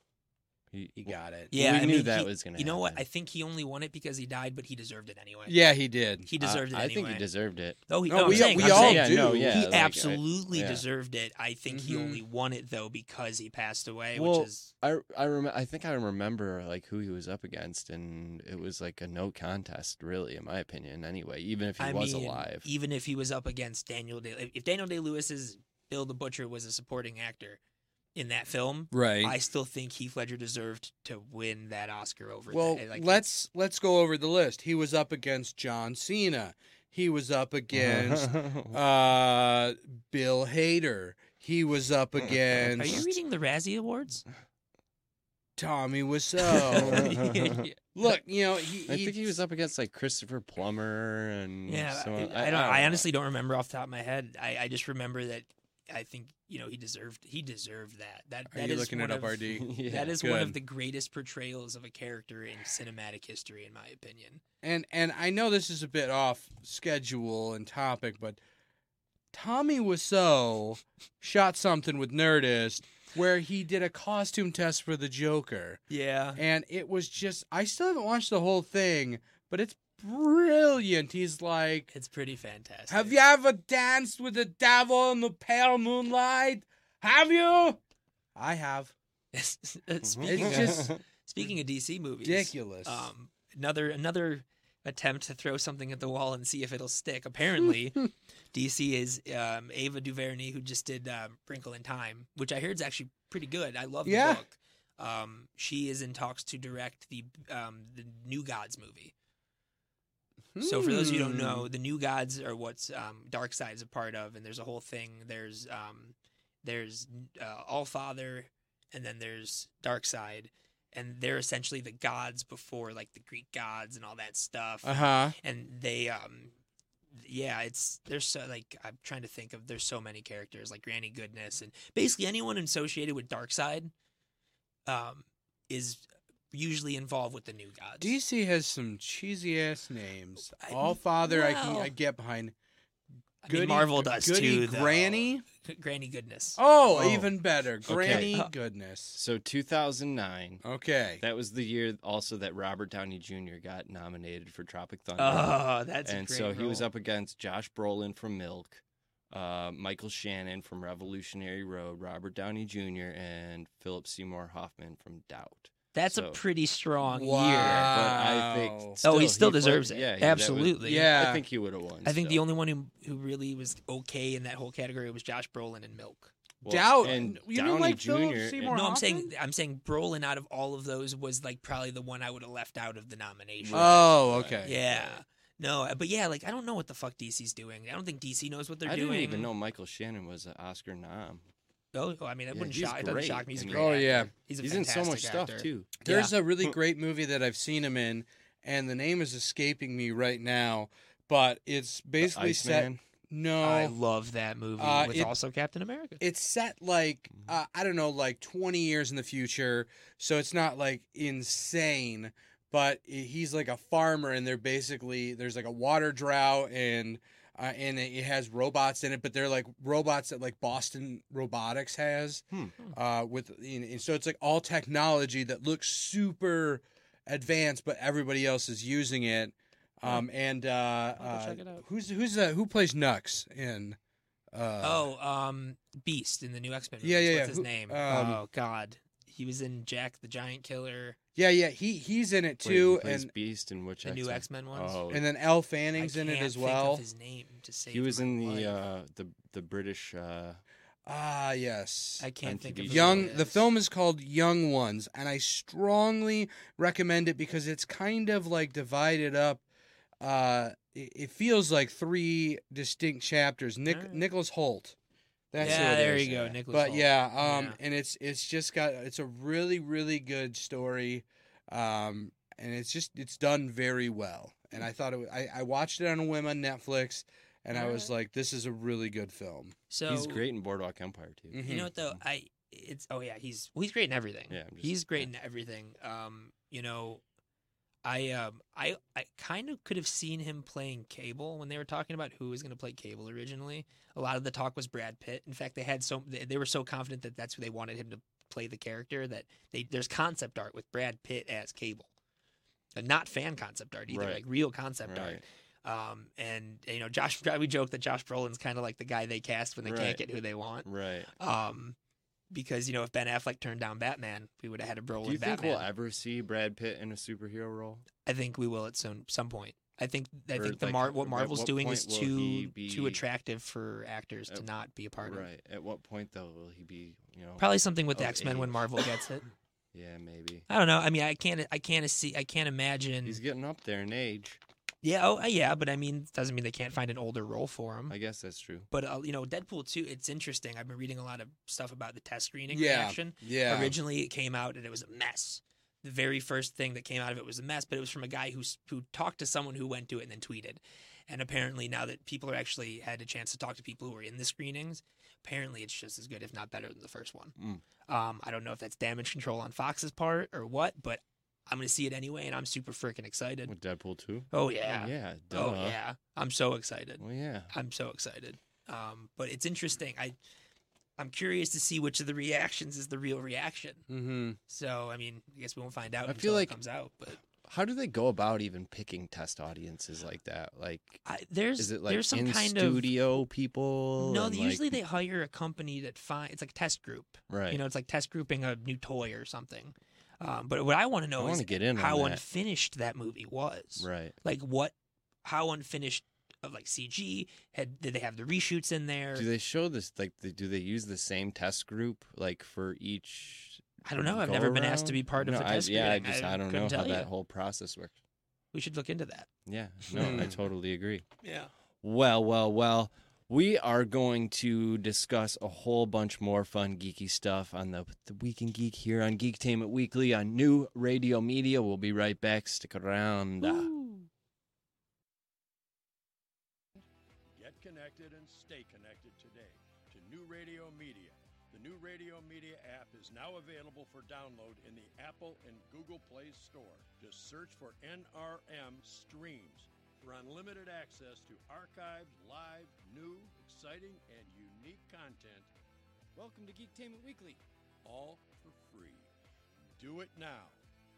he, got it. Yeah, we I knew mean, that he- was going to. You know what? I think he only won it because he died, but he deserved it anyway. Yeah, he did. He deserved I, it. I think he anyway. deserved it. Oh, he, No, no, I'm we- saying, we I'm all saying, do. Yeah, no, yeah, he like, I- absolutely yeah. deserved it. I think he Mhm. only won it though because he passed away, Well, which is I I rem- I think I remember like who he was up against, and it was like a no contest, really, in my opinion. Anyway, even if he I was mean, alive, Even if he was up against Daniel Day, if- if Daniel Day Lewis's Bill the Butcher was a supporting actor in that film, Right. I still think Heath Ledger deserved to win that Oscar over. Well, that, like, let's let's go over the list. He was up against John Cena. He was Uh-huh. up against uh, Bill Hader. He was up Are you against reading the Razzie Awards? Tommy Oh. Wiseau. Look, you know, he, I he- think he was up against like Christopher Plummer and Yeah, some- I, I don't. I, honestly don't remember off the top of my head. I, I just remember that I think you know he deserved he deserved that. That Are that you is looking it one up, of, RD? Yeah, that is one of good. the greatest portrayals of a character in cinematic history, in my opinion. and and I know this is a bit off schedule and topic, but Tommy Wiseau shot something with Nerdist where he did a costume test for the Joker. Yeah, and it was just I still haven't watched the whole thing, but it's brilliant. He's like, it's pretty fantastic. "Have you ever danced with the devil in the pale moonlight? Have you?" I have. speaking It's just of, speaking of DC movies, Mm-hmm. ridiculous. Um, another another attempt to throw something at the wall and see if it'll stick. Apparently, DC is um, Ava DuVernay who just did um, Wrinkle in Time, which I heard is actually pretty good. I love the Yeah. book. Um, she is in talks to direct the um, the New Gods movie. So for those of you who don't Hmm. know, the New Gods are what's um, Dark Side is a part of, and there's a whole thing. There's um, there's uh, All Father, and then there's Dark Side, and they're essentially the gods before like the Greek gods and all that stuff. Uh huh. And they um, yeah, it's there's so like I'm trying to think of there's so many characters like Granny Goodness and basically anyone associated with Dark Side, um, is usually involved with the New Gods. DC has some cheesy ass names. I- All Father, I can well- I get behind. I mean, Goody- Marvel does Goody too. though. Granny. Granny Goodness. Oh, Oh. even better, Okay. Granny. Uh, Goodness. So 2009. Okay. That was the year also that Robert Downey Jr. got nominated for Tropic Thunder. Oh, that's a and great so he was role. up against Josh Brolin from Milk, uh, Michael Shannon from Revolutionary Road, Robert Downey Jr., and Philip Seymour Hoffman from Doubt. That's So- a pretty strong year. Wow. Yeah, but I think Wow. Oh, still, he still played- deserves it. Yeah, he- that was- Absolutely. Yeah. I think he would have won. I think the still. only one who who really was okay in that whole category was Josh Brolin and Milk. Well, Doubt. and You mean Downey like Jr. Philip and- Seymour No, I'm Hoffman? saying I'm saying Brolin out of all of those was like probably the one I would have left out of the nomination. Oh, Right. okay. uh, yeah. No, uh, but yeah, like I don't know what the fuck DC's doing. I don't think DC knows what they're I doing. didn't even know Michael Shannon was an Oscar nom. Oh, I mean, that Yeah, wouldn't he's shock. It doesn't great. shock me. He's a I great mean- Oh, yeah. actor. He's a He's in so much fantastic stuff actor. too. There's a really great movie that I've seen him in, and the name is escaping me right now, but it's basically set. Iceman. No, I love that movie. Uh, with it- also Captain America. it's set like uh, I don't know, like 20 years in the future, so it's not like insane. But i- he's like a farmer, and they're basically there's like a water drought, and uh, and it it has robots in it, but they're like robots that like Boston Robotics has. Hmm. uh, with and, and so it's like all technology that looks super advanced, but everybody else is using it. Um, and uh, I'll go uh, check it out. who's who's uh, who plays Nux in? Uh, oh, um, Beast in the new X Men. Yeah, yeah, yeah. What's his Who- name? um, oh God, he was in Jack the Giant Killer, yeah, yeah, he he's in it Wait, he too, plays and Beast and which the new X-Men? X Men ones. Oh, and then Al I Fanning's in it can't as think of well. his name to save he was my in the life. uh, the the British uh, Ah, yes. I can't think of who Young. it The is. film is called Young Ones, and I strongly recommend it because it's kind of like divided up. Uh, it, it feels like three distinct chapters. Nick Nicholas Holt. That's who Ah. Yeah, it there is. you go, Nicholas But Holt. yeah, um, Yeah. and it's it's just got it's a really really good story, um, and it's just it's done very well. And I thought it. wa- I, I watched it on a whim on Netflix, and I was like, this is a really good film. So- He's great in Boardwalk Empire too. Mm-hmm. You know what though? I it's oh yeah, he's well, he's great in everything. Hmm. Yeah, I'm just- he's great in everything. Um, you know, I um I I kind of could have seen him playing Cable when they were talking about who was going to play Cable originally. A lot of the talk was Brad Pitt. In fact, they had so they, they were so confident that that's who they wanted him to play the character that they there's concept art with Brad Pitt as Cable. And not fan concept art either, Right. like real concept art. Right. Um, and you know, Josh, we joke that Josh Brolin's kind of like the guy they cast when they Right. can't get who they want. Right. Um, because you know, if Ben Affleck turned down Batman, we would have had a Brolin Do you think Batman. we'll ever see Brad Pitt in a superhero role? I think we will at some some point. I think I Or, think the like, Mar- what at Marvel's what doing is point will he too too be- attractive for actors to At- not be a part of. Right. At what point though will he be? You know, Probably something with the of X Men when age? Marvel gets it. Yeah, maybe. I don't know. I mean, I can't I can't see I can't imagine. He's getting up there in age. Yeah, oh, uh, yeah, but I mean, doesn't mean they can't find an older role for him. I guess that's true. But uh, you know, Deadpool two, it's interesting. I've been reading a lot of stuff about the test screening Yeah, reaction. yeah. Originally, it came out and it was a mess. The very first thing that came out of it was a mess, but it was from a guy who s- who talked to someone who went to it and then tweeted. And apparently, now that people are actually had a chance to talk to people who were in the screenings, apparently it's just as good, if not better, than the first one. Mm. Um, I don't know if that's damage control on Fox's part or what, but I'm gonna see it anyway, and I'm super freaking excited. With Deadpool too. Oh yeah. Yeah. Uh-huh. Oh duh. yeah. I'm so excited. Well, yeah. I'm so excited. Um, but it's interesting. I I'm curious to see which of the reactions is the real reaction. Mm-hmm. So I mean, I guess we won't find out I until feel like- it comes out. But How do they go about even picking test audiences like that? Like, I, there's is it like there's some in kind of studio people? No, and, they- like- usually they hire a company that find it's like a test group. Right. You know, it's like test grouping a new toy or something. Um, but what I want to know I is wanna get in on how that. unfinished that movie was. Right. Like what, how unfinished of like CG had did they have the reshoots in there? Do they show this? Like, the, do they use the same test group like for each? I don't know. I've never been asked to go-around? be part of No, the I- test Yeah, I grading. just I I, don't couldn't know how tell that you. whole process works. We should look into that. Yeah, no, I Hmm. totally agree. Yeah. Well, well, well. We are going to discuss a whole bunch more fun geeky stuff on the, the Weekend Geek here on Geektainment Weekly on New Radio Media. We'll be right back. Stick around. Get connected and stay connected today to New Radio Media. The New Radio Media app is now available for download in the Apple and Google Play Store. Just search for NRM Streams for unlimited access to archived, live, new, exciting, and unique content. Welcome to Geektainment Weekly. All for free. Do it now.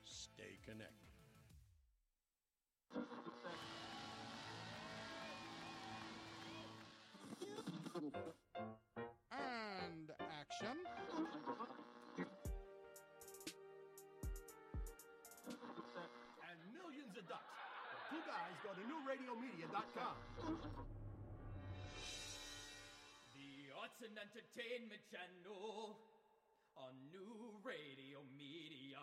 Stay connected. And action. And millions of ducks. Two guys go to newradiomedia.com. The Arts and Entertainment Channel on New Radio Media.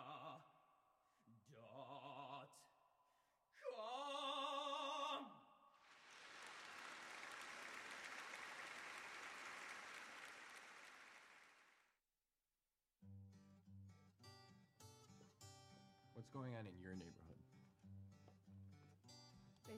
Dot com. What's going on in your neighborhood? They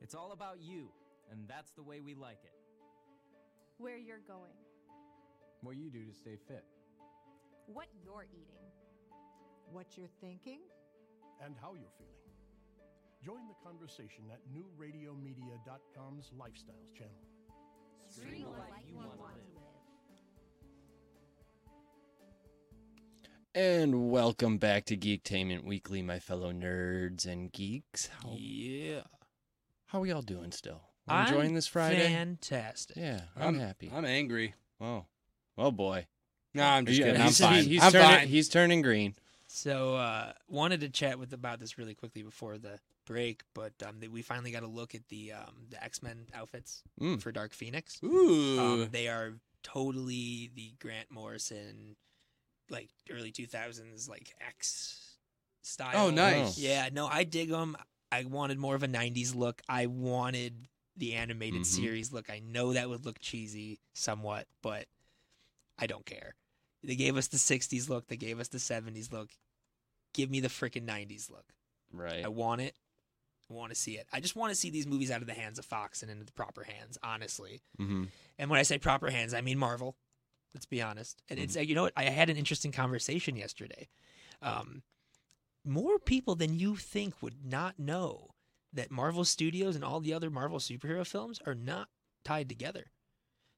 It's all about you, and that's the way we like it. Where you're going. What you do to stay fit? What you're eating. What you're thinking? And how you're feeling. Join the conversation at newradiomedia.com's Lifestyles channel. Stream the life you want to live. And welcome back to Geektainment Weekly, my fellow nerds and geeks. How, yeah. How are y'all doing still? enjoying I'm this Friday? Fantastic. Yeah, I'm, happy. I'm angry. Oh, oh boy. No, I'm just He- kidding. I'm he's- fine. He's I'm turning, fine. He's turning green. So uh wanted to chat with about this really quickly before the break, but um th- we finally got a look at the um the X-Men outfits Mm. for Dark Phoenix. Ooh. Um, they are totally the Grant Morrison like early 2000s like X style. Oh, nice. Wow. Yeah, no, I dig them. I wanted more of a 90s look. I wanted the animated Mhm. series look. I know that would look cheesy somewhat, but I don't care. They gave us the 60s look. They gave us the 70s look. Give me the freaking 90s look. Right. I want it. I want to see it. I just want to see these movies out of the hands of Fox and into the proper hands, honestly. Mhm. And when I say proper hands, I mean Marvel. Let's be honest. And Mm-hmm. it's uh, you know what? I had an interesting conversation yesterday. Um, more people than you think would not know that Marvel Studios and all the other Marvel superhero films are not tied together.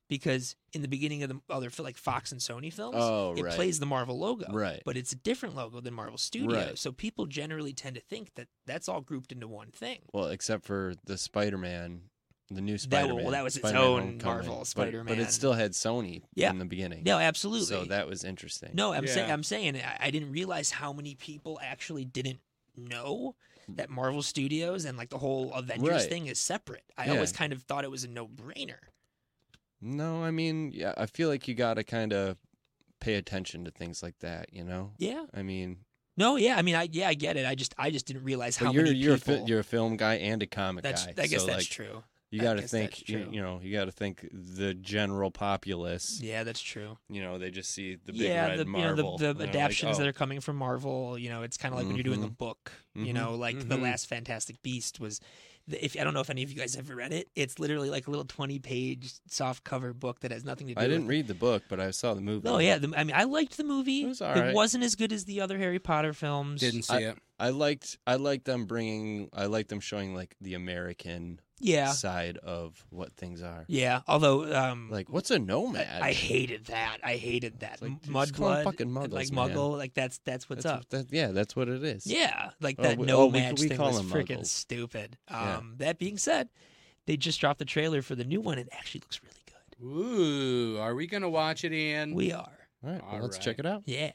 Because in the beginning of the other fil- like Fox and Sony films, Oh, it right. plays the Marvel logo, Right. But it's a different logo than Marvel Studios. Right. So people generally tend to think that that's all grouped into one thing. Well, except for the Spider-Man, the new That- well, Spider-Man. that was its Spider-Man own Homecoming. Marvel But- But, Spider-Man. it still had Sony Yeah. in the beginning. No, absolutely. So that was interesting. No, I'm saying Yeah. I'm saying I, I didn't realize how many people actually didn't know that Marvel Studios and like the whole Avengers Right. thing is separate. I Yeah. always kind of thought it was a no-brainer. No, I mean, yeah, I feel like you got to kind of pay attention to things like that, you know? Yeah. I mean, No, yeah, I mean, I yeah, I get it. I just I just didn't realize how but you're many you're people. a fi- you're a film guy and a comic That's- guy. I guess so, that's like, true. You I got to guess that's think, you, true. you know, you got to think the general populace. Yeah, that's true. You know, they just see the big yeah, red the, Marvel. you know the, the and they're like, adaptions that "Oh, are coming from Marvel. You know, it's kind of like when you're doing the Mhm. book. You Mhm. know, like the Mhm. last Fantastic Beast was. The, if I don't know if any of you guys ever read it, it's literally like a little twenty-page soft cover book that has nothing to do. I with didn't read the book, but I saw the movie. No, yeah. The, I mean, I liked the movie. It, was alright. not as good as the other Harry Potter films. I, I liked I liked them bringing I liked them showing like the American Yeah. side of what things are. Yeah, although um, like what's a nomad? I hated that. I hated that. like, M- dude, just call 'em Mudblood, fucking and, like Muggles, man. Muggle, like that's that's what's That's- up. that- yeah, that's what it is. Yeah, like Oh, that we- no oh, we- match we thing call was 'em freaking Muggles. stupid. Yeah. Um, That being said, they just dropped the trailer for the new one. It actually looks really good. Ooh, are we gonna watch it, Ian? We are. All right, All well, let's right. check it out. Yeah.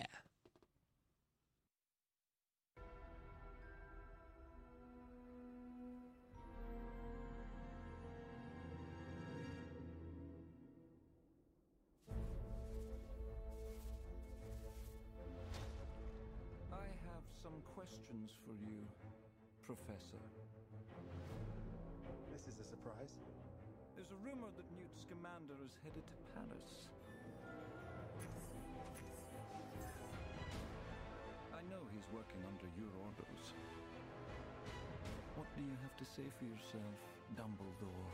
I have some questions for you, Professor. This is a surprise. There's a rumor that Newt Scamander is headed to Paris. I know he's working under your orders. What do you have to say for yourself, Dumbledore?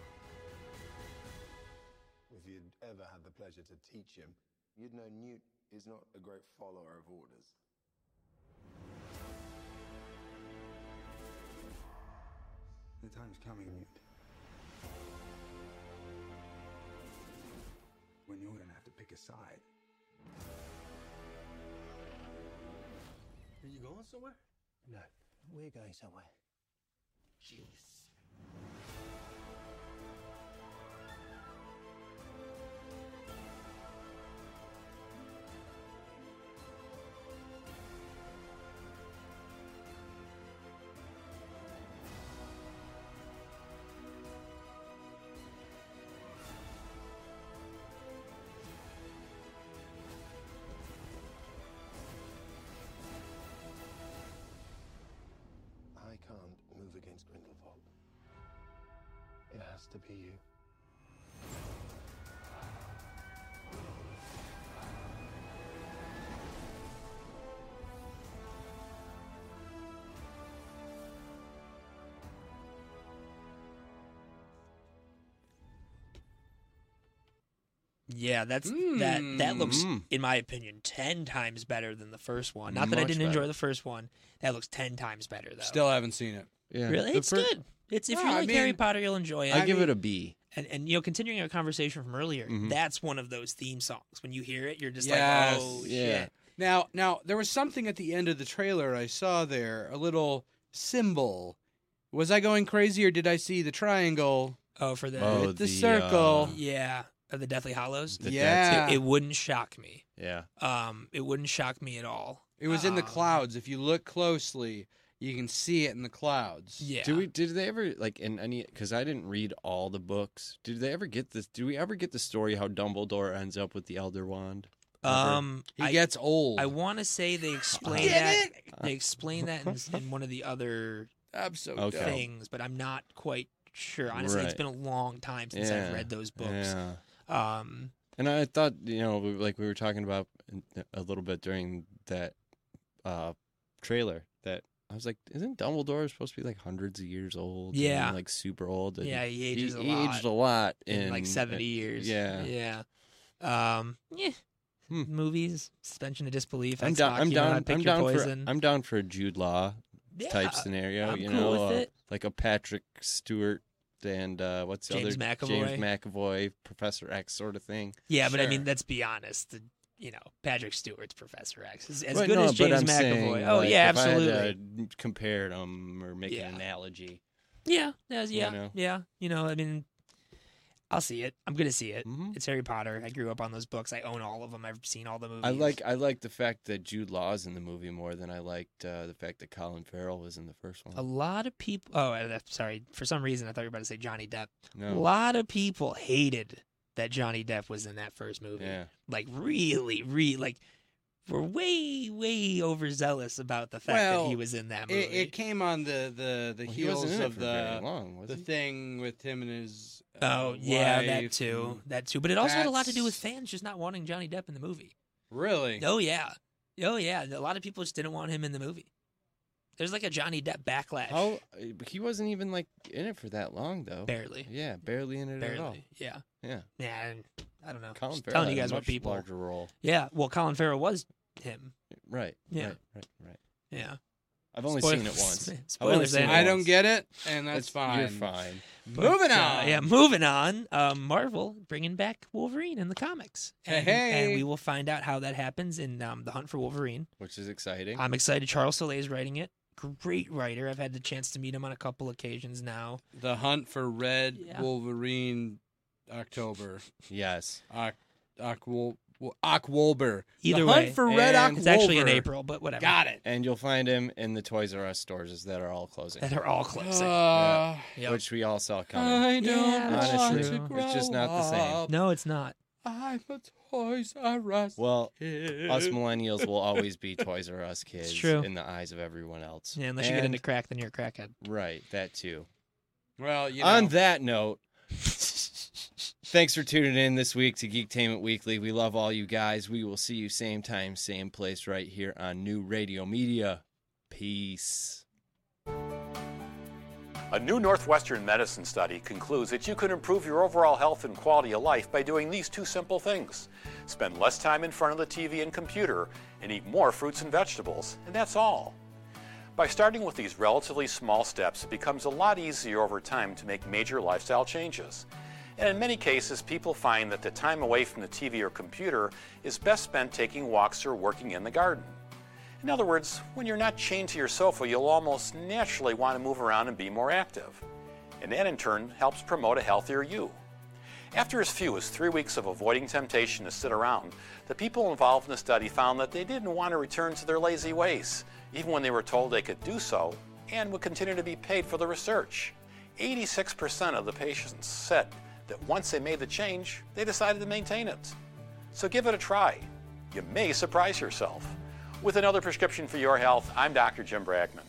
If you'd ever had the pleasure to teach him, you'd know Newt is not a great follower of orders. The time's coming, Newt. When you're gonna have to pick a side. Are you going somewhere? No, we're going somewhere. Jeez. I can't move against Grindelwald. It has to be you. Yeah, that's that. That looks, Mm. in my opinion, ten times better than the first one. Not that I Much didn't better. enjoy the first one. That looks ten times better though. Still haven't seen it. Yeah. Really, The it's fir- good. It's if No, you I like Harry mean, Potter, you'll enjoy it. I, give it a B. And and you know, continuing our conversation from earlier, Mhm. that's one of those theme songs. When you hear it, you're just Yes. like, oh Yeah. shit. Now, now there was something at the end of the trailer I saw there, a little symbol. Was I going crazy or did I see the triangle? Oh, for the Oh, with the, the, circle. uh, yeah of the Deathly Hollows. The Yeah. it, it wouldn't shock me. Yeah. Um, it wouldn't shock me at all. It was in the Um, clouds. If you look closely, you can see it in the clouds. Yeah. Do we? Did they ever like in any? Because I didn't read all the books. Did they ever get this? Do we ever get the story how Dumbledore ends up with the Elder Wand? Ever? Um, He I- gets old. Uh, I want to say they explain Get that. it? They explain that in, in one of the other I'm so Okay. dumb. things, but I'm not quite sure. Honestly, it's Right. been a long time since I've read those books. yeah. Um, And I thought, you know, we- like we were talking about in- a little bit during that uh, trailer that I was like, isn't Dumbledore supposed to be like hundreds of years old? and, Yeah. like super old. And Yeah, he ages a he lot. aged a lot in, in, uh, like 70 years. Yeah. Hmm. Yeah. Um, yeah. Movies, suspension of disbelief. I'm Ex down. I'm Machina, down. Pick I'm Your down poison. for. I'm down for a Jude Law Yeah, type scenario. I'm you cool know, with uh, it. like a Patrick Stewart and uh, what's the James other McAvoy. James McAvoy, Professor X sort of thing. yeah, but I Sure. mean, let's be honest. the- you know, Patrick Stewart's Professor X is as Right, good no, as but James I'm McAvoy. saying, oh like, yeah, if I had absolutely. to m- compare them or make an analogy. Yeah, that's- You yeah, know? yeah. You know, I mean, I'll see it. I'm gonna see Mm-hmm. it. It's Harry Potter. I grew up on those books. I own all of them. I've seen all the movies. I like I like the fact that Jude Law's in the movie more than I liked uh, the fact that Colin Farrell was in the first one. a lot of people. Oh, I- that's- sorry. For some reason, I thought you were about to say Johnny Depp. No. A lot of people hated that Johnny Depp was in that first movie. Yeah. Like really, really, like we're way, way overzealous about the fact that he was in that movie. It, it came on the the, the Well, he wasn't heels in it of for the very long, was the he? thing with him and his. uh, Oh yeah, that wife too, and- that too. But it also had a lot to do with That's- fans just not wanting Johnny Depp in the movie. Really? Oh yeah, oh yeah. A lot of people just didn't want him in the movie. There's like a Johnny Depp backlash. How he wasn't even like in it for that long though. Barely. Yeah, barely in it at all. Barely. Yeah. Yeah. Yeah. I don't- I don't know. Colin Just Farrell telling you had guys a what much people. larger role. Yeah. Well, Colin Farrell was him. Right. Yeah. Right. Right. right. Yeah. I've only seen it Spoilers. once. I've only Spoilers. seen it Andy. I don't get it, and That's- that's fine. you're fine. But, Moving uh, on. yeah, moving on. Um, Marvel bringing back Wolverine in the comics. Hey, And, hey. and we will find out how that happens in um, The Hunt for Wolverine. Which is exciting. I'm excited. Charles Soule is writing it. Great writer. I've had the chance to meet him on a couple occasions now. The hunt for Red Yeah. Wolverine, October. Yes. Ock, Ock, Wol, Ock Wolver. Either the way, hunt for Red Ock and- It's actually in Wolver. April, but whatever. Got it. And you'll find him in the Toys R Us stores as that are all closing. That are all closing. Uh, Yeah. Yep. Which we all saw coming. I don't Yeah, that's want true. to It's grow just not the same. up. No, it's not. I'm a Toys R Us. Well, kid. us millennials will always be Toys R Us kids true. in the eyes of everyone else. Yeah, unless you get into And- crack, then you're a crackhead. right, that too. Well, you On know, that note, thanks for tuning in this week to Geektainment Weekly. We love all you guys. We will see you same time, same place, right here on New Radio Media. Peace. A new Northwestern medicine study concludes that you can improve your overall health and quality of life by doing these two simple things spend less time in front of the TV and computer, and eat more fruits and vegetables. And that's all. By starting with these relatively small steps, it becomes a lot easier over time to make major lifestyle changes. And in many cases, people find that the time away from the TV or computer is best spent taking walks or working in the garden. In other words, when you're not chained to your sofa, you'll almost naturally want to move around and be more active. And that in turn helps promote a healthier you. After as few as three weeks of avoiding temptation to sit around, the people involved in the study found that they didn't want to return to their lazy ways, even when they were told they could do so and would continue to be paid for the research. 86% of the patients said that once they made the change, they decided to maintain it. So give it a try. You may surprise yourself. With another prescription for your health, I'm Dr. Jim Bragman.